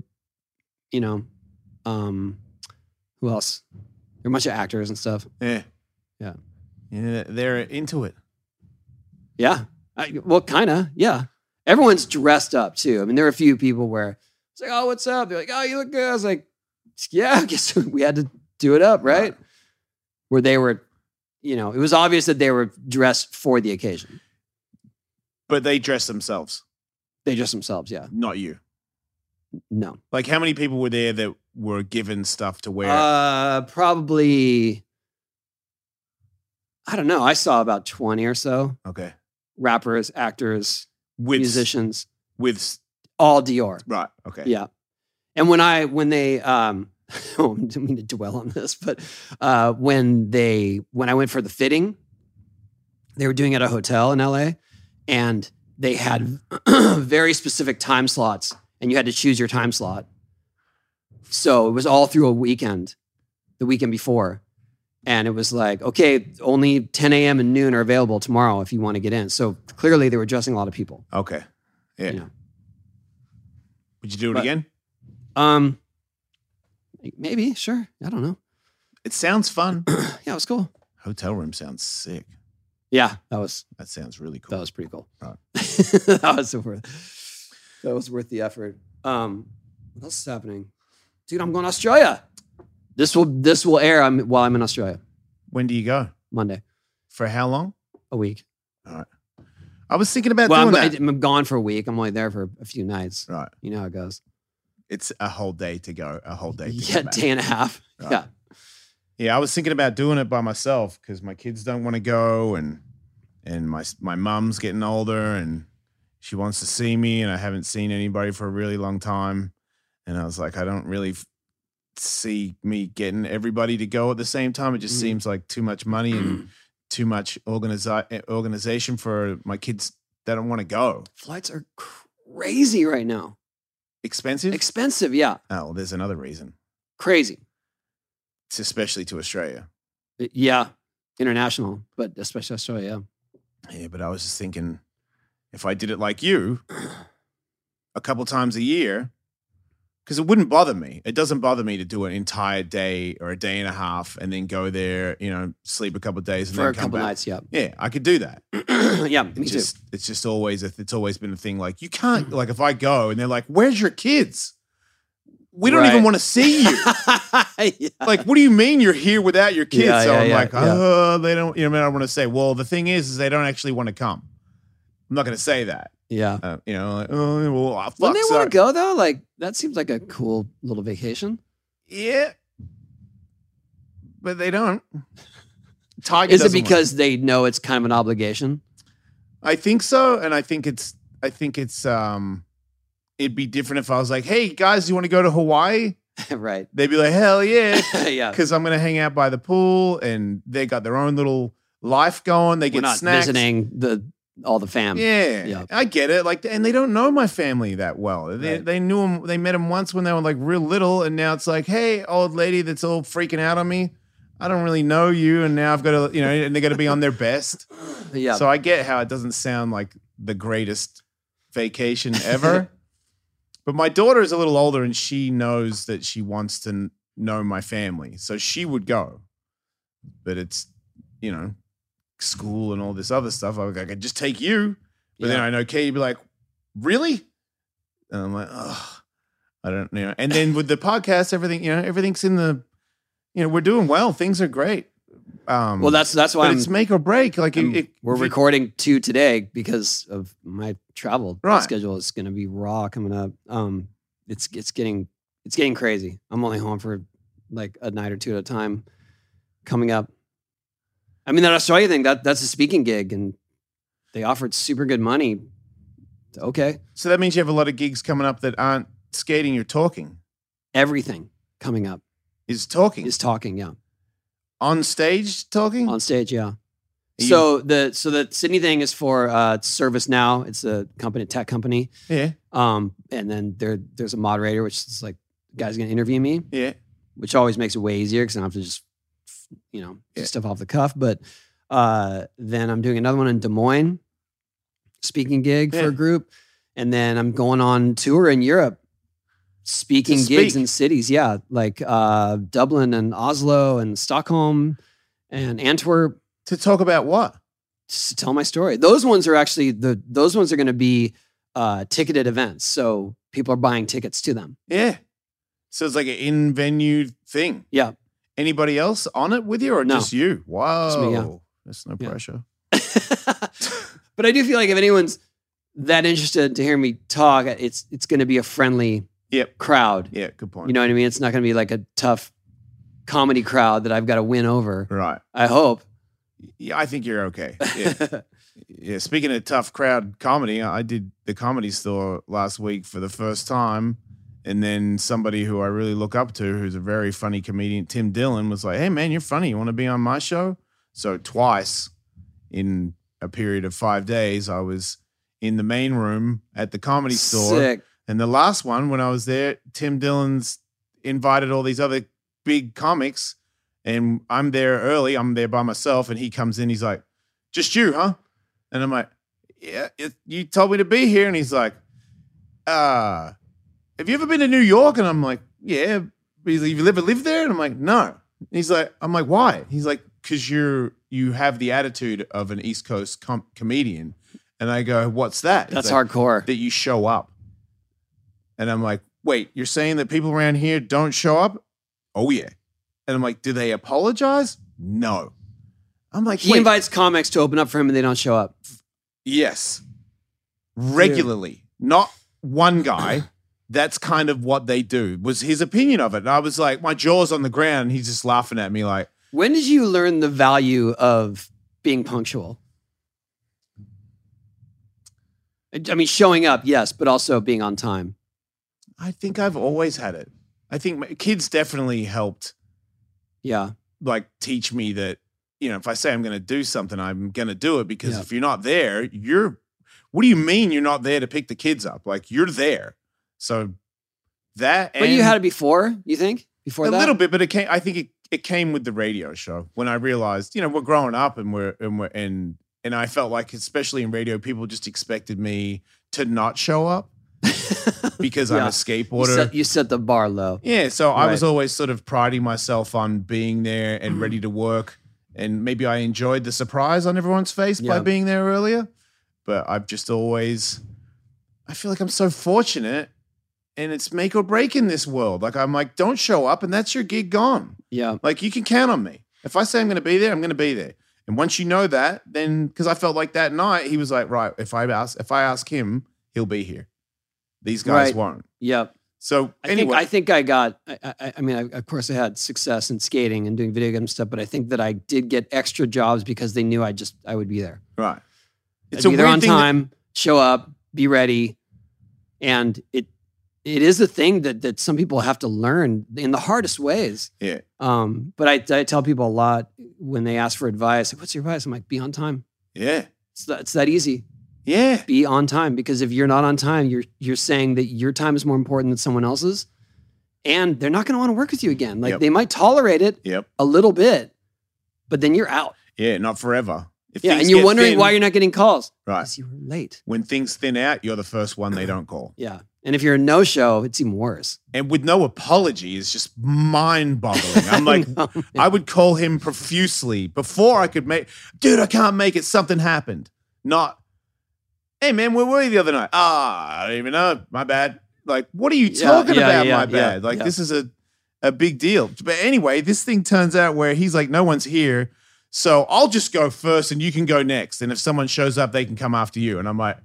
A: you know um who else? There were a bunch of actors and stuff.
B: Yeah.
A: Yeah.
B: Yeah. They're into it.
A: Yeah. I, well, kind of. Yeah. Everyone's dressed up too. I mean, there were a few people where it's like, "Oh, what's up?" They're like, "Oh, you look good." I was like, "Yeah, I guess we had to do it up, right?" Where they were, you know, it was obvious that they were dressed for the occasion.
B: But they dress themselves,
A: They dressed themselves. Yeah.
B: not you.
A: No.
B: Like, how many people were there that were given stuff to wear?
A: Uh, probably. I don't know. I saw about twenty or so
B: okay,
A: rappers, actors,
B: with
A: musicians,
B: with
A: all Dior.
B: right. Okay,
A: Yeah, And when I when they um I don't mean to dwell on this, but uh when they when I went for the fitting, they were doing it at a hotel in LA and they had very specific time slots and you had to choose your time slot. So it was all through a weekend, the weekend before. And it was like, okay, only 10 a.m. and noon are available tomorrow if you want to get in. So clearly they were dressing a lot of people.
B: Okay. Yeah.
A: Yeah.
B: Would you do it
A: But-
B: again?
A: Um, maybe, sure. I don't know.
B: It sounds fun.
A: Yeah, it was cool.
B: Hotel room sounds sick.
A: Yeah, that was
B: That sounds really
A: that
B: cool.
A: was pretty cool.
B: Right.
A: that was worth that was worth the effort. Um, what else is happening, dude? I'm going to Australia. This will this will air um, while I'm in Australia
B: When do you go?
A: Monday
B: For how long?
A: a week.
B: I was thinking about
A: well, I'm,
B: doing
A: I,
B: that.
A: am gone for a week. I'm only there for a few nights.
B: right.
A: You know how it goes.
B: It's a whole day to go. A whole day. To
A: Yeah,
B: get back.
A: day and a half.
B: Right.
A: Yeah,
B: Yeah, I was thinking about doing it by myself because my kids don't want to go, and and my my mom's getting older, and she wants to see me, and I haven't seen anybody for a really long time, and I was like, I don't really f- see me getting everybody to go at the same time. It just
A: Mhm.
B: seems like too much money and too much organizi- eh, organization for my kids that don't want to go.
A: flights are crazy right now.
B: Expensive.
A: Expensive. Yeah,
B: oh, well, there's another reason.
A: crazy.
B: It's especially to Australia.
A: Yeah, international, but especially Australia. Yeah.
B: Yeah, but I was just thinking if I did it like you a couple times a year, because it wouldn't bother me. It doesn't bother me to do an entire day or a day and a half and then go there, you know, sleep a couple days and
A: for
B: then
A: a
B: come
A: couple
B: back.
A: nights. Yeah,
B: Yeah, I could do that.
A: yeah,
B: It
A: me
B: just it's just always a, it's always been a thing like you can't like if I go and they're like, Where's your kids? We don't even
A: Right.
B: want to see
A: too.
B: you.
A: Yeah.
B: like, what do you mean you're here without your kids?
A: Yeah,
B: so
A: yeah,
B: I'm
A: yeah,
B: like,
A: yeah.
B: oh, they don't, you know, I, mean, I want to say, well, the thing is, is they don't actually want to come. I'm not going to say that.
A: Yeah.
B: Uh, you know, like, oh, well, ah,
A: When
B: fuck,
A: they
B: sorry.
A: want to go though, like that seems like a cool little vacation.
B: Yeah. But they don't. Tiger
A: Is it
B: doesn't want-
A: because they know it's kind of an obligation?
B: I think so. And I think it's, I think it's, um, it'd be different if I was like, hey, guys, you want to go to Hawaii?
A: right.
B: They'd be like, hell yeah.
A: yeah.
B: Because I'm going to hang out by the pool and they got their own little life going. They
A: We're
B: get
A: not
B: snacks.
A: visiting the all the fam.
B: Yeah,
A: Um, Yeah.
B: I get it. Like, and they don't know my family that well. They,
A: Right.
B: they knew them. They met him once when they were like real little, and now it's like, hey, old lady, that's all freaking out on me. I don't really know you, and now I've got to, you know, and they got to be on their best.
A: Yeah.
B: So I get how it doesn't sound like the greatest vacation ever. but my daughter is a little older, and she knows that she wants to n- know my family, so she would go. But it's, you know, school and all this other stuff. I was like, I could just take you. But then
A: Yeah.
B: I know Kate, you'd be like, really? And I'm like, oh, I don't you know. And then with the podcast, everything, you know, everything's in the, you know, we're doing well. Things are great. Um,
A: well, that's that's why
B: but
A: I'm,
B: it's make or break. Like,
A: I'm-
B: it, it,
A: we're
B: if it-
A: recording two today because of my travel
B: Right.
A: schedule is going to be raw coming up. Um, it's it's getting it's getting crazy. I'm only home for like a night or two at a time coming up. I mean that Australia thing that that's a speaking gig and they offered super good money. Okay,
B: So that means you have a lot of gigs coming up that aren't skating. You're talking.
A: everything coming up
B: Is talking
A: is talking. Yeah,
B: on stage talking.
A: on stage. Yeah.
B: you-
A: So the so the Sydney thing is for uh, ServiceNow. It's a company, tech company.
B: yeah,
A: Um, and then there there's a moderator, which is like, the guy's gonna interview me,
B: yeah.
A: which always makes it way easier because I don't have to just, you know, do
B: Yeah.
A: stuff off the cuff. But uh, then I'm doing another one in Des Moines, speaking gig for
B: Yeah.
A: a group, and then I'm going on tour in Europe, speaking gigs
B: speak.
A: in cities. Yeah, like uh, Dublin and Oslo and Stockholm and Antwerp
B: To talk about what?
A: just to tell my story. Those ones are actually the those ones are going to be uh, ticketed events, so people are buying tickets to them.
B: Yeah. So it's like an in venue thing.
A: Yeah.
B: Anybody else on it with you or
A: No.
B: just you? Wow.
A: me, yeah.
B: That's no
A: Yeah.
B: pressure.
A: but I do feel like if anyone's that interested to hear me talk, it's it's going to be a friendly
B: Yep.
A: crowd.
B: Yeah. Good point.
A: You know what I mean? It's not going to be like a tough comedy crowd that I've got to win over.
B: right.
A: I hope.
B: Yeah, I think you're okay. Yeah. yeah. Speaking of tough crowd comedy, I did the comedy store last week for the first time. And then somebody who I really look up to, who's a very funny comedian, Tim Dillon, was like, "Hey man, you're funny. You want to be on my show?" So twice in a period of five days, I was in the main room at the comedy store.
A: Sick.
B: And the last one, when I was there, Tim Dillon's invited all these other big comics, and I'm there early. I'm there by myself, and he comes in. He's like, "Just you, huh?" And I'm like, "Yeah, it, you told me to be here." And he's like, "Uh, have you ever been to New York?" And I'm like, "Yeah." He's like, "You ever lived there?" And I'm like, "No." And he's like, "I'm like, why?" He's like, "Cause you're you have the attitude of an East Coast com- comedian." And I go, "What's that?" He's
A: That's
B: like,
A: hardcore.
B: that you show up. And I'm like, wait, you're saying that people around here don't show up? Oh yeah. And I'm like, do they apologize? No. I'm like,
A: He
B: wait,
A: invites comics to open up for him and they don't show up.
B: yes. Regularly. Not one guy. That's kind of what they do, was his opinion of it. And I was like, my jaw's on the ground. He's just laughing at me like,
A: When did you learn the value of being punctual? I mean, showing up, yes, but also being on time.
B: I think I've always had it. I think my, kids definitely helped
A: Yeah.
B: like teach me that you know if I say I'm going to do something, I'm going to do it because
A: Yeah.
B: if you're not there, you're. What do you mean you're not there to pick the kids up? Like you're there, so that.
A: but you
B: and
A: had it before, you think? Before
B: a
A: that?
B: little bit, but it came. I think it, it came with the radio show when I realized you know we're growing up and we're and we're and and I felt like especially in radio, people just expected me to not show up because I'm
A: Yeah.
B: a
A: You
B: skateboarder.
A: you, set, you set the bar low.
B: Yeah, so I was
A: Right. Mm-hmm.
B: always sort of priding myself on being there and ready to work. And maybe I enjoyed the surprise on everyone's face by
A: Yeah.
B: being there earlier. But I've just always, I feel like I'm so fortunate and it's make or break in this world. Like, I'm like, don't show up and that's your gig gone.
A: Yeah.
B: Like, you can count on me. If I say I'm going to be there, I'm going to be there. And once you know that, then because I felt like that night, he was like, right, if I ask, if I ask him, he'll be here. These guys
A: Right.
B: won't.
A: Yeah.
B: So
A: I
B: anyway,
A: think I think I got. I, I, I mean, I, of course, I had success in skating and doing video game stuff, but I think that I did get extra jobs because they knew I just I would be there.
B: Right.
A: It's I'd be there on time, show up, be ready, and it it is a thing that that some people have to learn in the hardest ways.
B: Yeah.
A: Um, but I, I tell people a lot when they ask for advice. What's your advice? I'm like, be on time.
B: yeah.
A: It's that, it's that easy.
B: Yeah.
A: be on time because if you're not on time, you're you're saying that your time is more important than someone else's, and they're not going to want to work with you again. Like
B: Yep.
A: they might tolerate it
B: Yep.
A: a little bit, but then you're out.
B: Yeah. Not forever. If
A: yeah,
B: things
A: and you're
B: get
A: wondering
B: thin-
A: why you're not getting calls
B: Right.
A: because you were late.
B: When things thin out, you're the first one they don't call.
A: Yeah, and if you're a no show, it's even worse.
B: And with no apology is just mind boggling. I'm like,
A: No.
B: I would call him profusely before I could make, dude, I can't make it. Something happened. Not, hey, man, where were you the other night? Ah, I don't even know. My bad. Like, what are you
A: Yeah,
B: talking
A: yeah,
B: about?
A: yeah,
B: my
A: yeah,
B: bad. like,
A: yeah.
B: this is a, a big deal. But anyway, this thing turns out where he's like, no one's here. So I'll just go first and you can go next. And if someone shows up, they can come after you. And I'm like,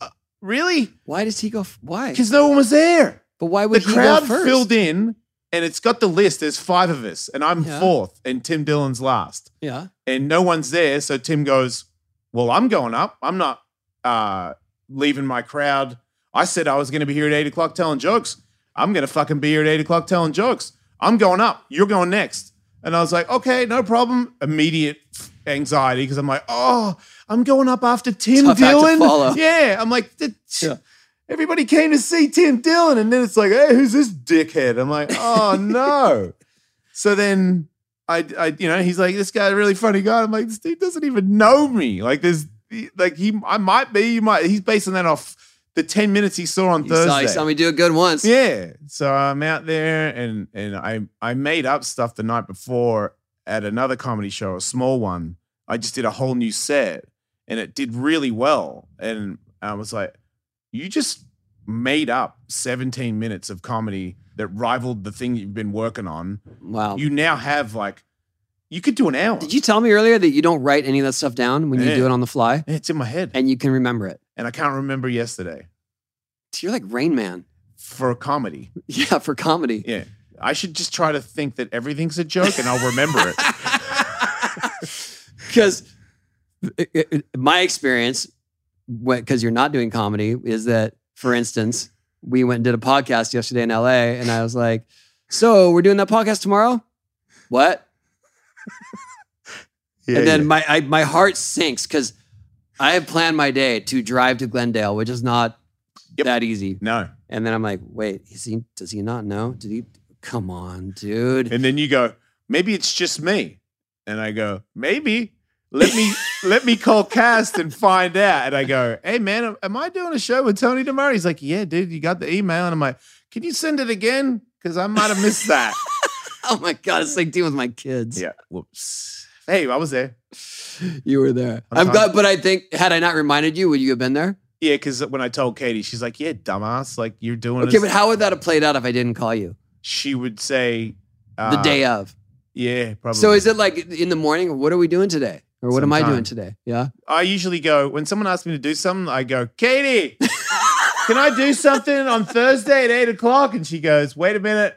B: uh, really?
A: why does he go? f- Why?
B: Because no one was there
A: But why
B: the
A: would he
B: crowd
A: go first?
B: filled in and it's got the list there's five of us and i'm
A: Yeah.
B: fourth and tim dillon's last
A: yeah,
B: and no one's there so tim goes well i'm going up i'm not uh leaving my crowd i said i was going to be here at 8 o'clock telling jokes i'm going to fucking be here at 8 o'clock telling jokes i'm going up you're going next and i was like okay no problem immediate anxiety because i'm like oh i'm going up after tim
A: Tough act to
B: dillon
A: follow.
B: yeah i'm like "Th-
A: Yeah.
B: everybody came to see Tim Dillon, and then it's like, hey, who's this dickhead? I'm like, oh no. so then I, I, you know, he's like, this guy's a really funny guy. I'm like, this dude doesn't even know me. Like, there's, like, he, I might be, you might. He's basing that off the ten minutes he saw on
A: he
B: Thursday.
A: saw, he saw me do it good once.
B: Yeah. So I'm out there and and I I made up stuff the night before at another comedy show, a small one. I just did a whole new set and it did really well. And I was like, you just made up 17 minutes of comedy that rivaled the thing you've been working on.
A: Wow.
B: You now have like you could do an hour.
A: Oh. Did you tell me earlier that you don't write any of that stuff down when you
B: Yeah.
A: do it on the fly,
B: it's in my head.
A: and you can remember it?
B: And I can't remember yesterday
A: You're like Rain Man.
B: for comedy.
A: Yeah, for comedy.
B: Yeah. I should just try to think that everything's a joke and I'll remember it.
A: because my experience because you're not doing comedy is that for instance we went and did a podcast yesterday in LA, and I was like, "So we're doing that podcast tomorrow? What?"
B: Yeah,
A: and then
B: yeah.
A: my I, my heart sinks because I have planned my day to drive to Glendale, which is not
B: Yep.
A: that easy.
B: no,
A: And then I'm like, "Wait, is he? Does he not know? Did he? Come on, dude."
B: and then you go, maybe it's just me, and I go, maybe. Let me let me call Cast and find out. And I go, hey man, am- am I doing a show with Tony tomorrow? He's like, yeah, dude, you got the email. And I'm like, can you send it again? Because I might have missed that.
A: Oh my god, it's like dealing with my kids.
B: yeah. Whoops. Hey, I was there.
A: You were there.
B: I'm
A: I'm glad, but I think had I not reminded you, would you have been there?
B: Yeah, because when I told Katie, she's like, yeah, dumbass, like you're doing.
A: Okay,
B: this.
A: but how would that have played out if I didn't call you
B: she would say
A: the
B: uh,
A: day of?
B: Yeah, probably.
A: So is it like in the morning? What are we doing today? Or what am I doing
B: Sometime.
A: today? Yeah.
B: I usually go when someone asks me to do something, I go, Katie, can I do something on Thursday at eight o'clock? And she goes, Wait a minute,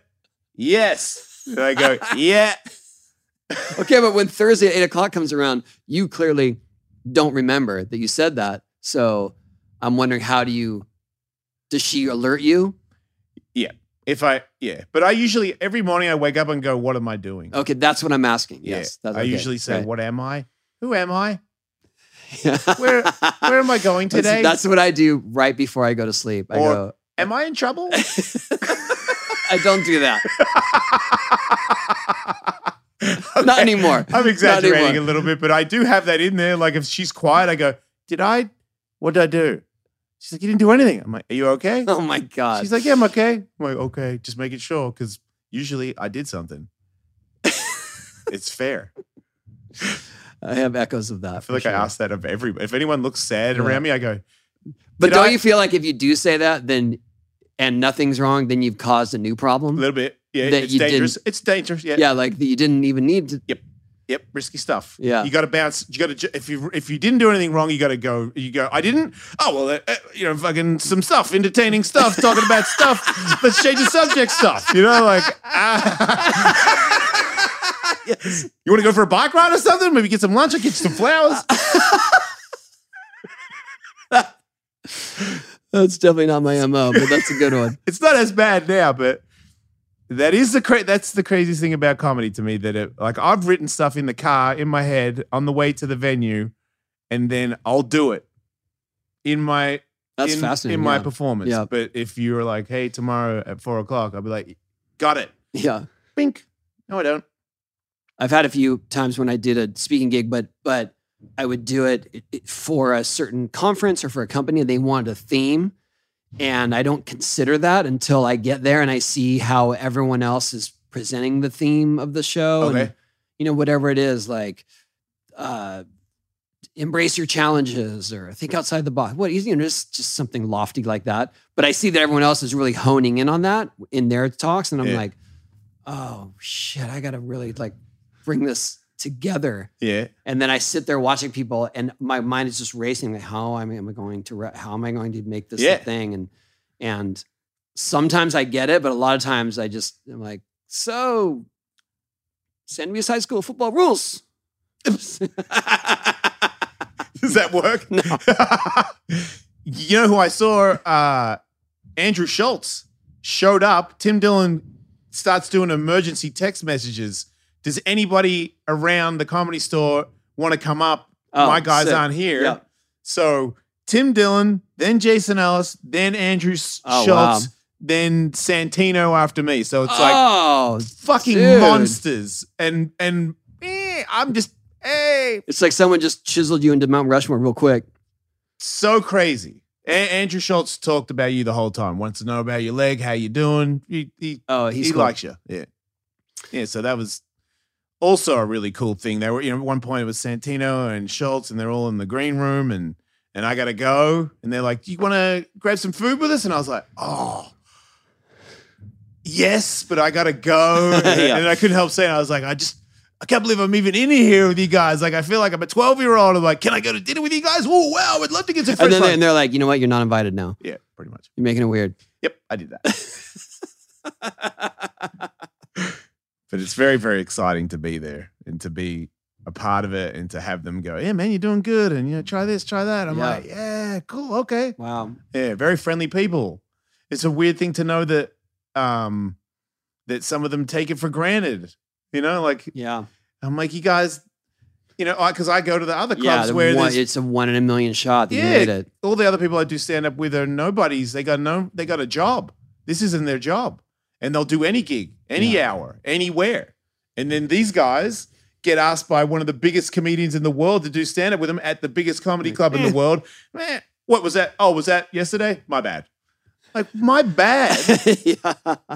B: yes. And I go, Yeah.
A: Okay, but when Thursday at eight o'clock comes around, you clearly don't remember that you said that. So I'm wondering how do you does she alert you?
B: If I yeah, but I usually every morning I wake up and go, What am I doing?
A: Okay, that's what I'm asking.
B: Yeah.
A: Oh, Yes. That's
B: I
A: okay.
B: usually say,
A: Right.
B: What am I? Who am I?
A: Yeah.
B: Where- Where am I going
A: That's-
B: today?
A: That's, what I do right before I go to sleep. I
B: Or-
A: go,
B: am I in trouble?
A: I don't do that. Not
B: Okay.
A: anymore.
B: I'm exaggerating a
A: anymore.
B: little bit, but I do have that in there. Like if she's quiet, I go, "Did I? What did I do?" She's like, "You didn't do anything." I'm like, "Are you okay?"
A: Oh my god.
B: She's like, "Yeah, I'm okay." I'm like, "Okay, just making sure because usually I did something." it's fair.
A: I have echoes of that.
B: I feel like
A: for
B: I
A: sure.
B: ask that of every. If anyone looks sad
A: Yeah.
B: around me, I go,
A: But
B: Did
A: don't
B: I-
A: you feel like if you do say that, then and nothing's wrong, then you've caused a new
B: "A
A: problem?
B: little bit, yeah,
A: That
B: it's
A: you didn't-
B: dangerous. It's dangerous, yeah,
A: yeah, like that you didn't even need to.
B: Yep, risky stuff.
A: Yeah.
B: you got to bounce. You got to if you if you didn't do anything wrong, you got to go. You go. I didn't. Oh well, uh, uh, you know, fucking some stuff, entertaining stuff, talking about stuff. Let's change the subject. Stuff. You know, like ah. you want to go for a bike ride or something? Maybe get some lunch. I get you some flowers.
A: That's definitely not my MO, but that's a good one.
B: it's not as bad now, but that is the cra- that's the craziest thing about comedy to me that it like I've written stuff in the car in my head on the way to the venue, and then I'll do it in my
A: That's
B: in,
A: fascinating.
B: in my
A: yeah.
B: performance.
A: Yeah.
B: But if you were like, hey, tomorrow at four o'clock, I'd be like, got it.
A: yeah.
B: Bink. No, I don't.
A: I've had a few times when I did a speaking gig, but but I would do it, it- it for a certain conference or for a company. They wanted a theme, and I don't consider that until I get there and I see how everyone else is presenting the theme of the show. and
B: okay.
A: you know, whatever it is, like uh embrace your challenges or think outside the box. What you know, just just something lofty like that. But I see that everyone else is really honing in on that in their talks, and I'm
B: Yeah.
A: like, oh shit, I gotta really like bring this together.
B: Yeah.
A: And then I sit there watching people, and my mind is just racing. Like, how am I, am I going to? Re- how am I going to make this a
B: Yeah.
A: thing? And and sometimes I get it, but a lot of times I just am like, so send me a high school football rules.
B: Does that work? No. you know who I saw? Uh, Andrew Schultz showed up. Tim Dillon starts doing emergency text messages. Does anybody around the comedy store want to come up?
A: Oh,
B: My guys
A: sick.
B: aren't here.
A: Yeah.
B: So Tim Dillon, then Jason Ellis, then Andrew S-
A: Oh, wow.
B: Schultz, then Santino after me. So it's like
A: oh,
B: fucking
A: dude.
B: monsters. And and eh, I'm just eh, hey,
A: it's like someone just chiseled you into Mount Rushmore real quick.
B: so crazy. A- Andrew Schultz talked about you the whole time. Wants to know about your leg, how you doing. He he,
A: Oh,
B: he
A: he's cool.
B: likes you. Yeah, yeah. So that was also a really cool thing. They were you know at one point it was Santino and Schultz, and they're all in the green room, and and I gotta go, and they're like, "You want to grab some food with us?" And I was like, "Oh." Yes, but I gotta go, and,
A: Yeah.
B: and I couldn't help saying I was like, I just I can't believe I'm even in here with you guys. Like, I feel like I'm a 12 year old. I'm like, can I go to dinner with you guys? Oh, wow, I'd love to get some
A: and
B: friends.
A: then they- and they're like, you know what? You're not invited now.
B: yeah, pretty much.
A: You're making it weird.
B: Yep, I did that. but it's very, very exciting to be there and to be a part of it and to have them go, yeah, man, you're doing good. And, you know, try this, try that. I'm
A: Yeah.
B: like, yeah, cool. Okay.
A: Wow.
B: Yeah, very friendly people. it's a weird thing to know that um that some of them take it for granted. You know, like
A: Yeah.
B: I'm like, you guys, you know, because I, go to the other
A: yeah.
B: clubs
A: the
B: where
A: one-
B: there's
A: it's a one in a million shot that you
B: Yeah.
A: made it.
B: all the other people I do stand up with are nobodies. They got no, they got a job. This isn't their job, and they'll do any gig, any hour, anywhere. And then these guys get asked by one of the biggest comedians in the world to do stand up with them at the biggest comedy club in the world. Eh, what was that? Oh, was that yesterday? My bad. Like my bad.
A: yeah.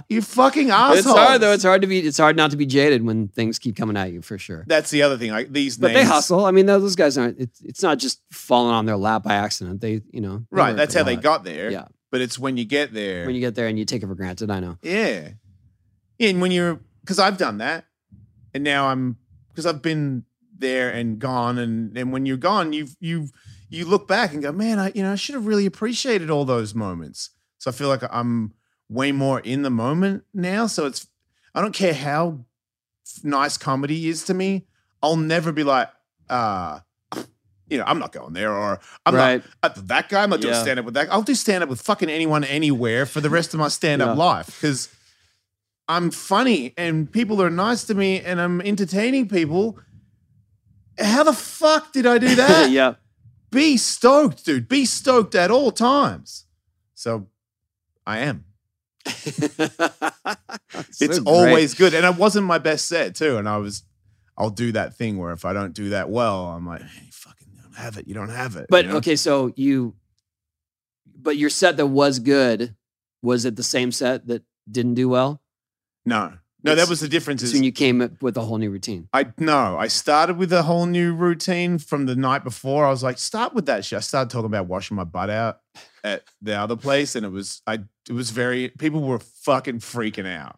B: you fucking asshole.
A: It's hard though. It's hard to be. It's hard not to be jaded when things keep coming at you for sure.
B: That's the other thing. Like these
A: But
B: names.
A: they hustle. I mean, those those guys aren't. It's, it's not just falling on their lap by accident. They, you know, they
B: Right.
A: work
B: That's
A: a
B: how they
A: lot.
B: got there.
A: Yeah.
B: But it's when you get there.
A: When you get there and you take it for granted, I know.
B: Yeah. And when you're, because I've done that. And now I'm, because I've been there and gone. And, and when you're gone, you've, you've, you look back and go, man, I, you know, I should have really appreciated all those moments. So I feel like I'm way more in the moment now. So it's, I don't care how nice comedy is to me. I'll never be like, uh, you know, I'm not going there or I'm not
A: right.
B: uh, that guy. I'm not doing
A: Yeah.
B: stand up with that. I'll do stand up with fucking anyone, anywhere for the rest of my stand up
A: Yeah.
B: life because I'm funny and people are nice to me and I'm entertaining people. How the fuck did I do that?
A: yeah.
B: Be stoked, dude. Be stoked at all times. So I am. it's always good. And it wasn't my best set too. And I was, I'll do that thing where if I don't do that well, I'm like, hey, you fucking don't have it. You don't have it.
A: But
B: you know?
A: okay, so you, but your set that was good, was it the same set that didn't do well?
B: No, no, that
A: It's-
B: was the difference. is-
A: Soon you came up with a whole new routine.
B: I no, I started with a whole new routine from the night before. I was like, start with that shit. I started talking about washing my butt out at the other place, and it was I it was very people were fucking freaking out.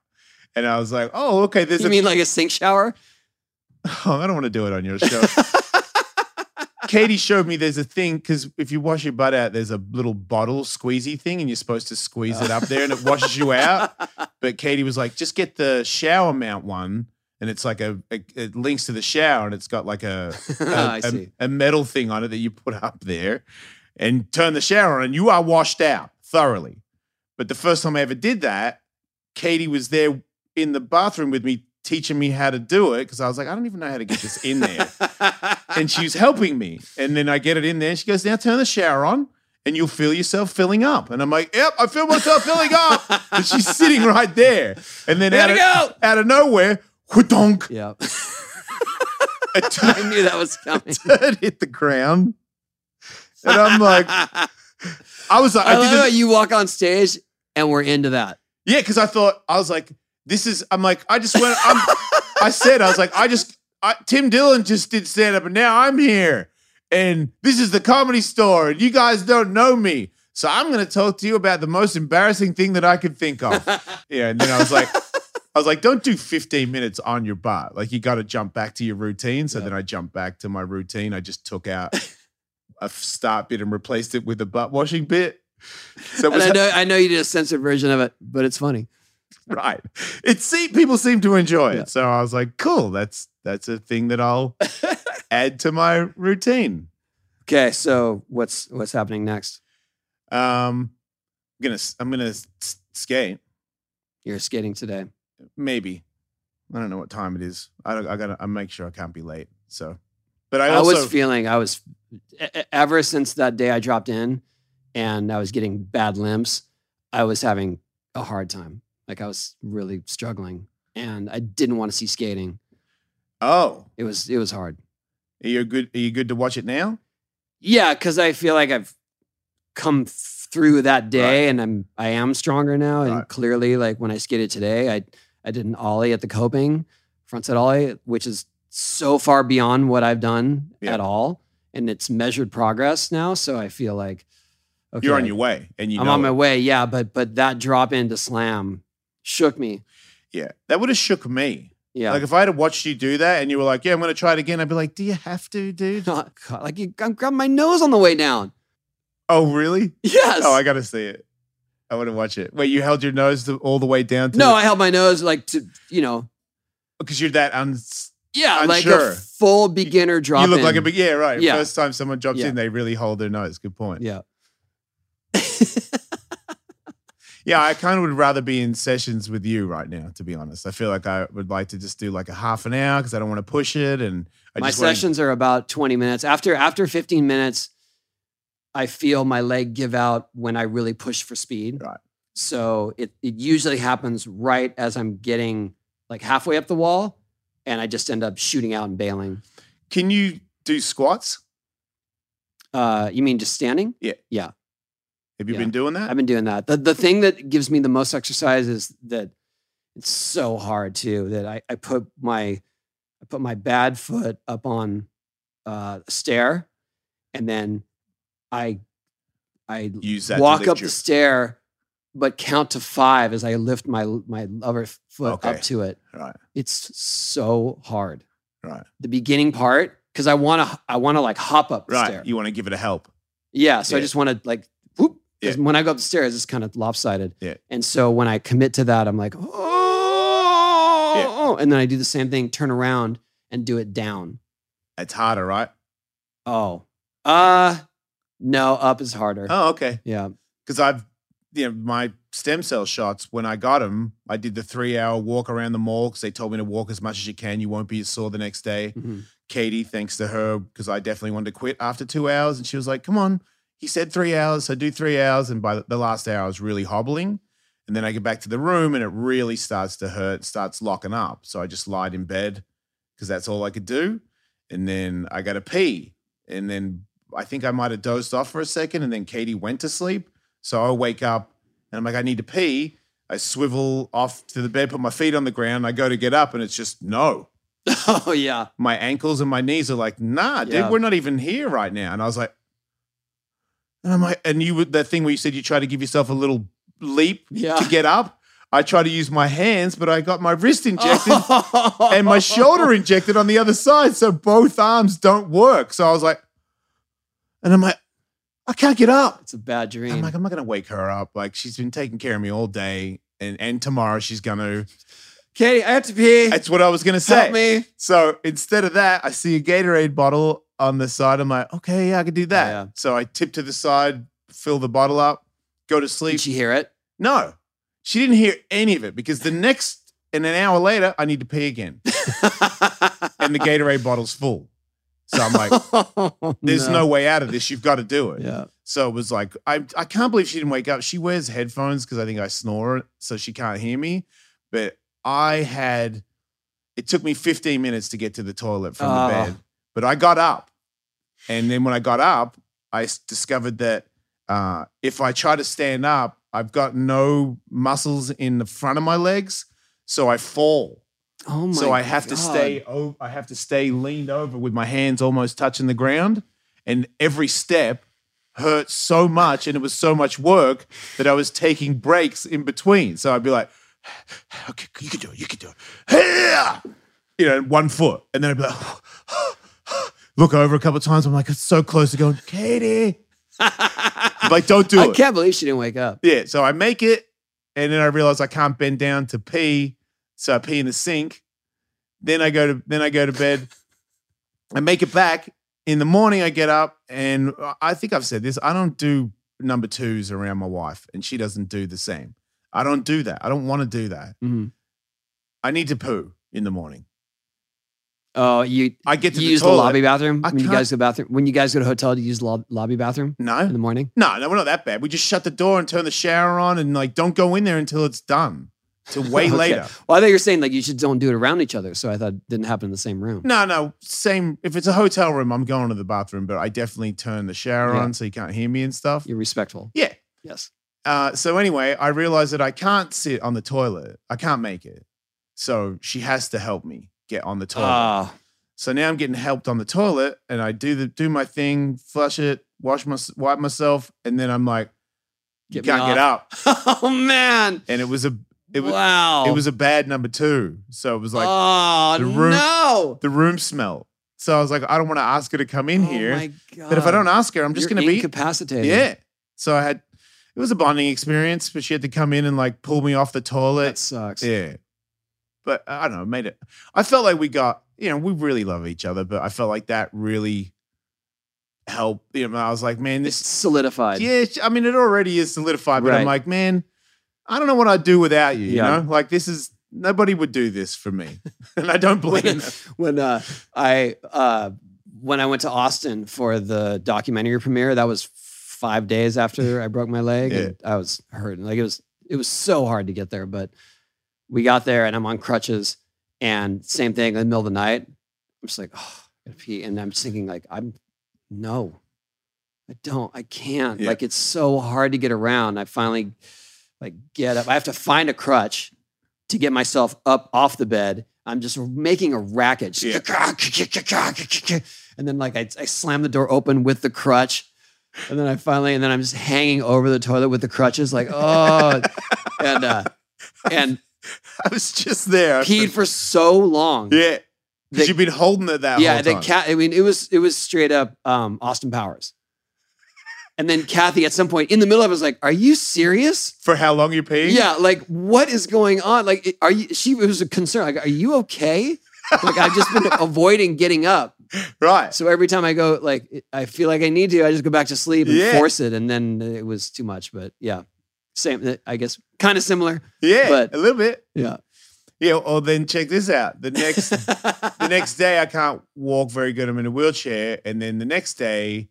B: And I was like, oh, okay, there's
A: you
B: a
A: mean like a sink shower?
B: Oh, I don't want to do it on your show. Katie showed me there's a thing because if you wash your butt out, there's a little bottle squeezy thing, and you're supposed to squeeze it up there, and it washes you out. But Katie was like, just get the shower mount one, and it's like a, a it links to the shower, and it's got like a a,
A: Ah, I
B: a-
A: see.
B: a metal thing on it that you put up there, and turn the shower on, and you are washed out thoroughly. But the first time I ever did that, Katie was there in the bathroom with me teaching me how to do it because I was like, I don't even know how to get this in there. and she was helping me. And then I get it in there. And she goes, Now turn the shower on and you'll feel yourself filling up. And I'm like, Yep, I feel myself filling up. But she's sitting right there. And then out
A: Gotta
B: of,
A: go.
B: out of nowhere, whadonk,
A: Yeah,
B: a
A: I
B: turd
A: knew that was coming.
B: turd hit the ground. And I'm like,
A: I,
B: I was like, I,
A: love
B: did
A: how
B: this-
A: you walk on stage and we're into that.
B: Yeah, because I thought I was like, this is. I'm like, I just went. I'm, I said, I was like, I just. I, Tim Dillon just did stand up, and now I'm here, and this is the comedy store, and you guys don't know me, so I'm gonna talk to you about the most embarrassing thing that I could think of. yeah, and then I was like. I was like, don't do 15 minutes on your butt. Like, you got to jump back to your routine. So
A: Yeah.
B: then I jumped back to my routine. I just took out a start bit and replaced it with a butt washing bit. So it
A: And
B: was
A: I know, I know you did a censored version of it, but it's funny.
B: right. It see people seem to enjoy it.
A: Yeah.
B: So I was like, cool, that's that's a thing that I'll add to my routine.
A: Okay, so what's what's happening next?
B: Um I'm gonna s- I'm gonna s- s- skate,
A: You're skating today.
B: maybe. I don't know what time it is. I don't, I gotta I make sure I can't be late. So but I
A: I,
B: also
A: was feeling I was e- e- ever since that day I dropped in and I was getting bad limps, I was having a hard time. Like I was really struggling and I didn't want to see skating.
B: Oh,
A: It was it was hard.
B: are you good are you good to watch it now?
A: Yeah, cuz I feel like I've come through that day and I'm I am stronger now and
B: Right.
A: clearly like when I skated today, I I did an ollie at the coping, frontside ollie, which is so far beyond what I've done
B: Yeah.
A: at all and it's measured progress now, so I feel like okay,
B: You're on your way and you
A: I'm
B: know
A: on my
B: it.
A: way, yeah, but but that drop into slam shook me.
B: Yeah. That would have shook me.
A: Yeah.
B: Like if I had watched you do that and you were like, Yeah, I'm gonna try it again, I'd be like, Do you have to, dude?
A: God, like you, I'm grabbing my nose on the way down.
B: oh really?
A: Yes.
B: Oh, I gotta see it. I want to watch it. Wait, you held your nose the, all the way down to
A: no, I held my nose like to you know
B: because you're that un.
A: Yeah,
B: I'm
A: like
B: sure.
A: a full beginner drop.
B: you look
A: in.
B: like a big yeah, right.
A: Yeah.
B: First time someone drops
A: Yeah.
B: in, they really hold their nose. Good point.
A: yeah.
B: Yeah, I kind of would rather be in sessions with you right now, to be honest. I feel like I would like to just do like a half an hour because I don't want to push it. And I
A: my
B: just wanna-
A: sessions are about 20 minutes. After after 15 minutes, I feel my leg give out when I really push for speed.
B: Right.
A: So it it usually happens right as I'm getting like halfway up the wall, and I just end up shooting out and bailing.
B: Can you do squats?
A: Uh, you mean just standing?
B: Have you
A: Yeah.
B: been doing that?
A: I've been doing that. The the thing that gives me the most exercise is that it's so hard too that I, I put my I put my bad foot up on uh, a stair and then I I
B: Use that. to
A: walk
B: lift
A: up
B: your-
A: the stair but count to 5 as I lift my my other foot
B: Okay.
A: up to it.
B: Right.
A: It's so hard.
B: Right.
A: The beginning part cuz I want to I want to like hop up the
B: Right.
A: stair.
B: You want to give it a help.
A: Yeah. So I
B: Yeah.
A: just want to like whoop. 'cause
B: Yeah.
A: When I go upstairs, it's kind of lopsided.
B: Yeah.
A: And so when I commit to that, I'm like, oh,
B: Yeah.
A: oh," and then I do the same thing, turn around and do it down.
B: It's harder, right?
A: Oh, uh, no, up is harder.
B: Oh, okay.
A: Yeah.
B: Because I've, you know, my stem cell shots, when I got them, I did the three hour walk around the mall because they told me to walk as much as you can. You won't be sore the next day.
A: Mhm.
B: Katie, thanks to her, because I definitely wanted to quit after two hours. And she was like, come on. He said three hours. So do three hours. And by the- the last hour, I was really hobbling. And then I get back to the room and it really starts to hurt, starts locking up. So I just lied in bed because that's all I could do. And then I got to pee. And then I think I might have dozed off for a second. And then Katie went to sleep. So I wake up and I'm like, I need to pee. I swivel off to the bed, put my feet on the ground. I go to get up and it's just no
A: oh, yeah.
B: my ankles and my knees are like, nah,
A: Yeah.
B: dude, we're not even here right now. And I was like, and I'm like, and you would that thing where you said you try to give yourself a little leap
A: Yeah.
B: to get up. I try to use my hands, but I got my wrist injected and my shoulder injected on the other side. So both arms don't work. So I was like, and I'm like, I can't get up.
A: It's a bad dream.
B: I'm like, I'm not gonna wake her up. Like she's been taking care of me all day. And and tomorrow she's gonna
A: Katie, I have to pee.
B: that's what I was gonna say.
A: Help me.
B: So instead of that, I see a Gatorade bottle on the side. I'm like, okay, yeah, I could do that.
A: Oh, Yeah.
B: So I tip to the side, fill the bottle up, go to sleep.
A: Did you hear it?
B: no, she didn't hear any of it because the next and an hour later, I need to pee again, and the Gatorade bottle's full. So I'm like, there's no. way out of this. You've got to do it.
A: Yeah.
B: So it was like, I, I can't believe she didn't wake up. She wears headphones because I think I snore, so she can't hear me. But I had, it took me 15 minutes to get to the toilet from
A: Oh.
B: the bed. But I got up. And then when I got up, I s- discovered that uh, if I try to stand up, I've got no muscles in the front of my legs. So I fall.
A: Oh, my
B: so I have to
A: God.
B: stay, oh, I have to stay leaned over with my hands almost touching the ground. And every step, hurt so much and it was so much work that I was taking breaks in between. So I'd be like, okay, you can do it, you can do it. Hey-ya! You know, one foot. And then I'd be like, look over a couple of times. I'm like, it's so close to going, Katie. like, don't do
A: I
B: it.
A: can't believe she didn't wake up.
B: Yeah. So I make it. And then I realize I can't bend down to pee. So I pee in the sink. Then I go to then I go to bed. I make it back. In the morning, I get up and I think I've said this. I don't do number twos around my wife, and she doesn't do the same. I don't do that. I don't want to do that.
A: Mhm.
B: I need to poo in the morning.
A: Oh, you
B: I get to
A: you
B: the
A: use
B: toilet.
A: the lobby bathroom
B: I
A: when you
B: can't-
A: guys go bathroom when you guys go to hotel. Do you use the lob- lobby bathroom in
B: No,
A: the morning?
B: no, no, we're not that bad. We just shut the door and turn the shower on, and like don't go in there until it's done. Till way
A: Okay.
B: later.
A: Well, I thought you were saying like you should don't do it around each other. So I thought it didn't happen in the same room.
B: No, no. Same. If it's a hotel room, I'm going to the bathroom, but I definitely turn the shower
A: Yeah.
B: on so you can't hear me and stuff.
A: You're respectful.
B: Yeah.
A: Yes.
B: Uh, so anyway, I realized that I can't sit on the toilet. I can't make it. So she has to help me get on the toilet.
A: Ah,
B: So now I'm getting helped on the toilet, and I do the do my thing, flush it, wash my wipe myself, and then I'm like, you
A: Get me
B: can't get up.
A: oh man!
B: And it was a it was
A: wow.
B: it was a bad number two. So it was like
A: oh
B: the room-
A: no!
B: the room smell. So I was like, I don't want to ask her to come in
A: oh,
B: here.
A: My God.
B: But if I don't ask her, I'm just
A: You're
B: going to be
A: incapacitated.
B: Yeah. So I had it was a bonding experience, but she had to come in and like pull me off the
A: That
B: toilet.
A: sucks.
B: yeah. But uh, I don't know, made it. I felt like we got, you know, we really love each other, but I felt like that really helped. You know, I was like, man,
A: It's
B: this
A: solidified.
B: yeah, I mean, it already is solidified, but I'm
A: Right.
B: like, man, I don't know what I'd do without you. You
A: Yeah.
B: know, like this is nobody would do this for me, and I don't believe
A: when,
B: in that.
A: when uh, I uh, when I went to Austin for the documentary premiere, that was five days after I broke my leg, and I was hurting. Like it was it was so hard to get there, but we got there, and I'm on crutches, and same thing in the middle of the night. I'm just like, oh, I gotta pee, and I'm just thinking like, I'm no, I don't, I can't.
B: Yeah.
A: Like it's so hard to get around. I finally like get up. I have to find a crutch to get myself up off the bed. I'm just making a racket. Just And then like I, I slam the door open with the crutch. And then I finally, and then I'm just hanging over the toilet with the crutches, like, oh, and uh, and
B: I was just there.
A: peed for so long.
B: yeah,
A: The-
B: because you've been holding it that.
A: yeah,
B: whole
A: the
B: time.
A: cat. I mean, it was it was straight up um, Austin Powers. And then Kathy, at some point in the middle of it, was like, "Are you serious?"
B: for how long you peeing?
A: Yeah, like what is going on? Like, it- are you? She was a concern. Like, are you okay? Like, I've just been avoiding getting up.
B: right.
A: So every time I go, like, it- I feel like I need to. I just go back to sleep and
B: Yeah.
A: force it, and then it was too much. But yeah, same. I guess kind of similar.
B: Yeah,
A: But-
B: a little bit.
A: Yeah.
B: Yeah. Or then check this out. The next the next day I can't walk very good. I'm in a wheelchair. And then the next day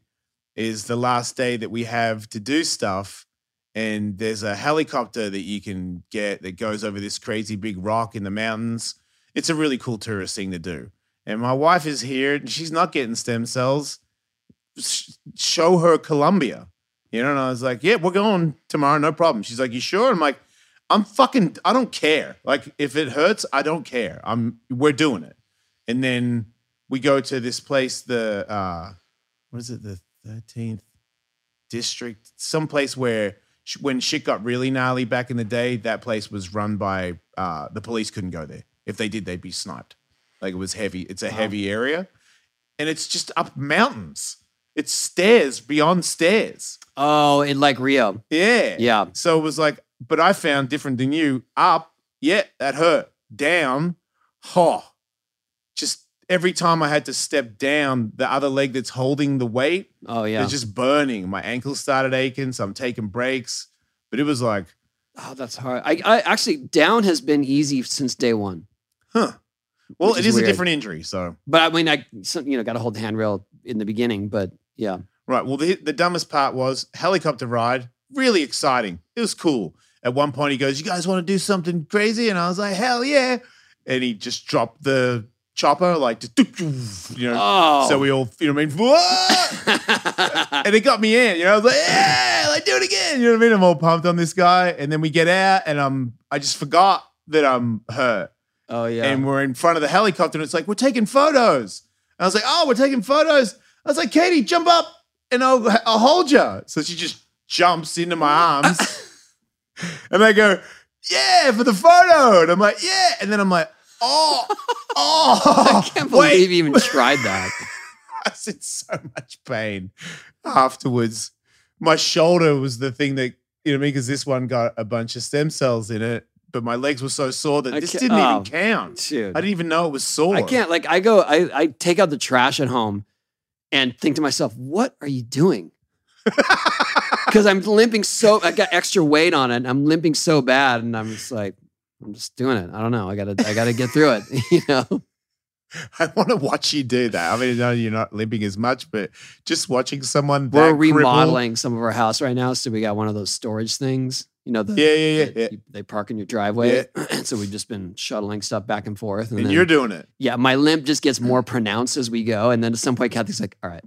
B: is the last day that we have to do stuff. And there's a helicopter that you can get that goes over this crazy big rock in the mountains. It's a really cool tourist thing to do. And my wife is here and she's not getting stem cells. Sh- show her Columbia. You know, and I was like, yeah, we're going tomorrow, no problem. She's like, you sure? I'm like, I'm fucking, I don't care. Like, if it hurts, I don't care. I'm, we're doing it and then we go to this place the uh what is it the 13th district some place where sh- when shit got really gnarly back in the day that place was run by uh the police couldn't go there if they did they'd be sniped like it was heavy it's a heavy area and it's just up mountains it's stairs beyond stairs
A: Oh, in like Rio.
B: yeah
A: Yeah.
B: so it was like, but I found different than you. Up, yeah, that hurt. Down, ha. Just every time I had to step down, the other leg that's holding the weight
A: Oh yeah.
B: is just burning. My ankles started aching, so I'm taking breaks. But it was like,
A: oh, that's hard. I, I actually down has been easy since day one.
B: well,
A: Which
B: it
A: is
B: is a
A: weird.
B: different injury. So,
A: But I mean, I some- you know got to hold the handrail in the beginning. But yeah.
B: right. Well, the, the dumbest part was helicopter ride, really exciting. It was cool. At one point, he goes, You guys want to do something crazy? And I was like, Hell yeah. And he just dropped the chopper, like, just, you know,
A: Oh.
B: Uh, So we all, you know what I mean? Whoa! and it got me in, you know? I was like, yeah, like, do it again. You know what I mean? I'm all pumped on this guy. And then we get out and I'm, I just forgot that um, I'm hurt.
A: oh yeah.
B: And we're in front of the helicopter and it's like, we're taking photos. And I was like, oh, we're taking photos. I was like, Katie, jump up and I'll, I'll hold you. So she just jumps into my arms and I go, yeah, for the photo. And I'm like, yeah. And then I'm like, oh, oh.
A: I can't believe you even tried that.
B: I was in so much pain afterwards. My shoulder was the thing that, you know, what I mean, because this one got a bunch of stem cells in it, but my legs were so sore that
A: I
B: this
A: ca-
B: didn't
A: oh,
B: even count.
A: Dude.
B: I didn't even know it was sore.
A: I can't. Like, I go, I, I take out the trash at home and think to myself, what are you doing? Because I'm limping so, I got extra weight on it. And I'm limping so bad. And I'm just like, I'm just doing it. I don't know. I gotta, I gotta get through it. You know?
B: I want to watch you do that. I mean, I know you're not limping as much, but just watching someone that
A: We're
B: crippled-
A: remodeling some of our house right now. So we got one of those storage things, you know, the,
B: Yeah, yeah, yeah. yeah.
A: that you- they park in your driveway. so we've just been shuttling stuff back and forth. And,
B: And
A: then,
B: you're Mm. doing it.
A: yeah, my limp just gets more pronounced as we go. And then at some point, Kathy's like, all right,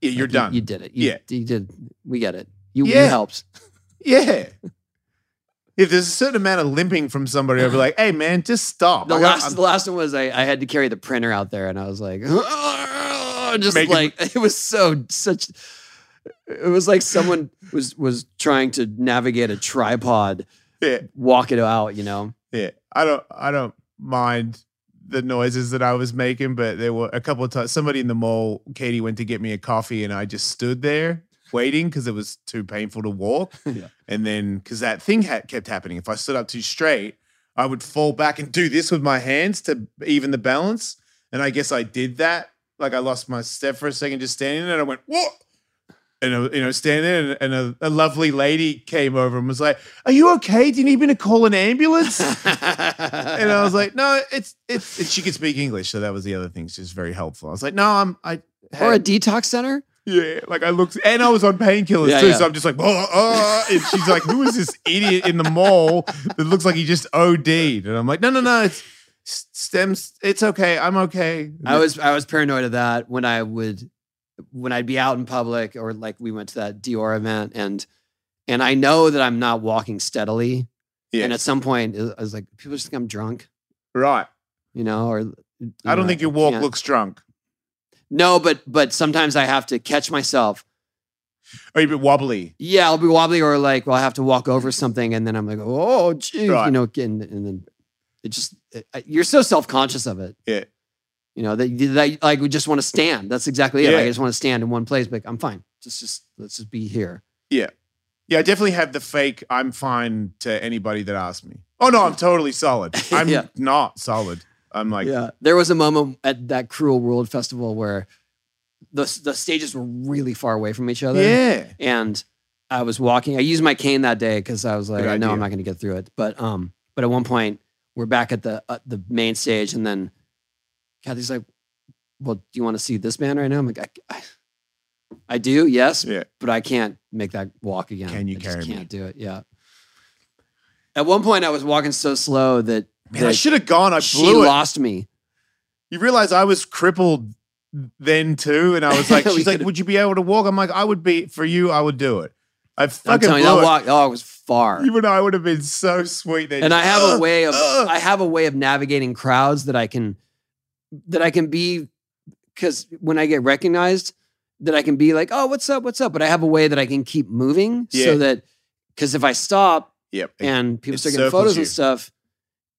B: Yeah, you're
A: you-
B: done.
A: You, did it. You,
B: Yeah.
A: You did. We get it. You, you
B: Yeah.
A: helped.
B: yeah. If there's a certain amount of limping from somebody, I'd be like, hey, man, just stop.
A: The
B: Like, Oh I'm-
A: last, the last one was I, I had to carry the printer out there, and I was like, just
B: Making-
A: like it was so such. It was like someone was was trying to navigate a tripod,
B: yeah.
A: walk it out. You know,
B: Yeah, I don't, I don't mind the noises that I was making, but there were a couple of times. Somebody in the mall, Katie went to get me a coffee, and I just stood there waiting because it was too painful to walk.
A: Yeah.
B: And then because that thing ha- kept happening, if I stood up too straight, I would fall back and do this with my hands to even the balance. And I guess I did that. Like I lost my step for a second, just standing there. And I went, "What?" and uh, you know, standing there, and, and a, a lovely lady came over and was like, "Are you okay? Do you need me to call an ambulance?" and I was like, "No, it's it's." And she could speak English, so that was the other thing. She was very helpful. I was like, "No, I'm I."
A: or a detox center?
B: Yeah, like I looked, and I was on painkillers
A: Yeah,
B: too.
A: yeah.
B: So I'm just like, oh, oh, and she's like, who is this idiot in the mall that looks like he just OD'd? And I'm like, no, no, no, it's s- stems. It's okay. I'm okay.
A: I was I was paranoid of that when I would when I'd be out in public or like we went to that Dior event and and I know that I'm not walking steadily.
B: Yeah.
A: And at some point, I was like, people just think I'm drunk,
B: right.
A: you know, or you
B: I don't
A: know,
B: think your walk
A: can't-
B: looks drunk.
A: No, but but sometimes I have to catch myself.
B: Are you a bit wobbly?
A: Yeah, I'll be wobbly or like, well, I have to walk over something, and then I'm like, oh, geez, you
B: Right.
A: know, and, and then it just it- I- you're so self conscious of it.
B: Yeah.
A: You know that, that like we just want to stand. That's exactly it. Like, I
B: Yeah.
A: just want to stand in one place. But I'm fine. Just just let's just be here.
B: Yeah, I definitely have the fake. I'm fine to anybody that asks me. Oh no, I'm totally solid. I'm
A: Yeah.
B: not solid. I'm like,
A: yeah. There was a moment at that Cruel World Festival where the the stages were really far away from each other.
B: yeah.
A: and I was walking. I used my cane that day because I was like,
B: Good
A: I know I'm
B: idea.
A: not going to get through it. But um, but at one point, we're back at the uh, the main stage, and then Kathy's like, "Well, do you want to see this band right now?" I'm like, "I, I, I do, yes,
B: Yeah.
A: but I can't make that walk again.
B: Can you
A: I just
B: carry me?"
A: can't do it. Yeah. At one point, I was walking so slow that
B: Man, I
A: that
B: should have gone. I blew
A: she
B: it.
A: lost me.
B: you realize I was crippled then too, and I was like,
A: We
B: she's like,
A: could've-
B: would you be able to walk? I'm like, I would be for you. I would do it. I
A: I'm
B: fucking
A: telling you,
B: blew
A: that
B: it.
A: walk. Oh, it was far.
B: You and I would have been so sweet then. uh,
A: and I have a
B: Ugh.
A: way of
B: ugh.
A: I have a way of navigating crowds that I can that I can be because when I get recognized that I can be like oh what's up what's up but I have a way that I can keep moving
B: Yeah.
A: so that because if I stop
B: Yep.
A: and people
B: it
A: start getting
B: circles
A: photos
B: you.
A: and stuff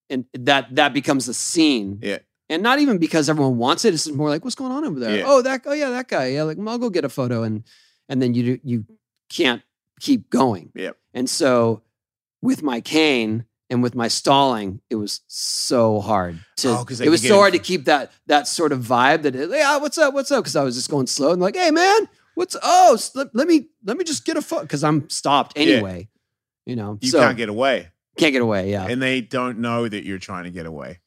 A: and that that becomes the scene
B: Yeah.
A: and not even because everyone wants it it's more like what's going on over there
B: Yeah.
A: oh that oh yeah that guy yeah like I'll go get a photo and and then you do- you can't keep going
B: Yep.
A: and so with my cane and with my stalling, it was so hard to.
B: Oh, 'cause they
A: it was
B: could
A: so
B: get
A: hard to
B: in-
A: keep that that sort of vibe that yeah, what's up, what's up? Because I was just going slow and like, hey man, what's oh s- let, let me let me just get a fuck because I'm stopped
B: Yeah.
A: anyway. You know,
B: You
A: so
B: can't get away,
A: can't get away. Yeah,
B: and they don't know that you're trying to get away.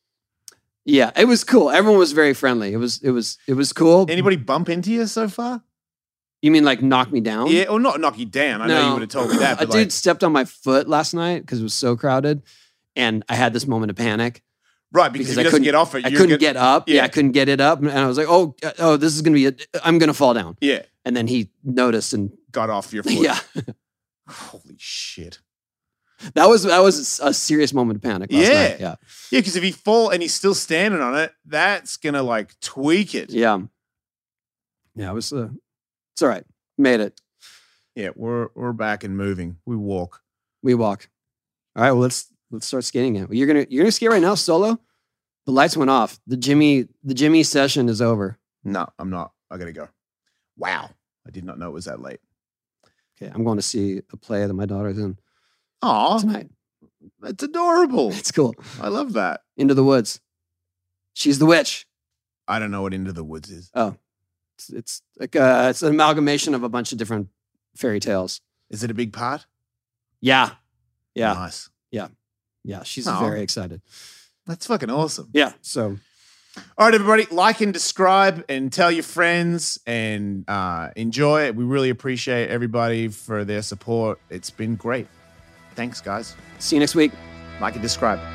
A: yeah. It was cool. Everyone was very friendly. It was it was it was cool.
B: Anybody bump into you so far?
A: you mean like knock me down?
B: Yeah, or not knock you down. I know you
A: No.
B: would have told me that,
A: a
B: but like,
A: dude stepped on my foot last night because it was so crowded, and I had this moment of panic.
B: right because,
A: because
B: if
A: I
B: he doesn't
A: couldn't-
B: get off it,
A: I
B: you're
A: couldn't
B: gonna-
A: get up. Yeah.
B: Yeah.
A: I couldn't get it up, and I was like, "Oh, uh, oh, this is gonna be. A, I'm gonna fall down."
B: Yeah,
A: And then he noticed, and
B: got off your foot.
A: yeah,
B: Holy shit.
A: that was that was a serious moment of panic. Last
B: Yeah.
A: night. yeah,
B: Yeah, because if he fall and he's still standing on it, that's gonna like tweak it.
A: yeah, yeah. It was. Uh, it's all right. Made it.
B: Yeah, we're we're back and moving. We walk.
A: We walk. All right. Well, let's let's start skating it. You're gonna you're gonna skate right now solo. The lights went off. The Jimmy the Jimmy session is over.
B: No, I'm not. I gotta go. Wow, I did not know it was that late.
A: Okay, I'm going to see a play that my daughter's in
B: Aw,
A: tonight.
B: that's adorable.
A: It's cool.
B: I love that.
A: Into the woods. She's the witch.
B: I don't know what Into the Woods is.
A: it's, it's like a, it's an amalgamation of a bunch of different fairy tales.
B: Is it a big part?
A: Yeah, yeah,
B: nice.
A: yeah. She's
B: Aw.
A: very excited.
B: That's fucking awesome.
A: Yeah. So
B: All right, everybody, like and describe and tell your friends and uh, enjoy it. We really appreciate everybody for their support. It's been great. Thanks, guys.
A: see you next week.
B: Like and describe.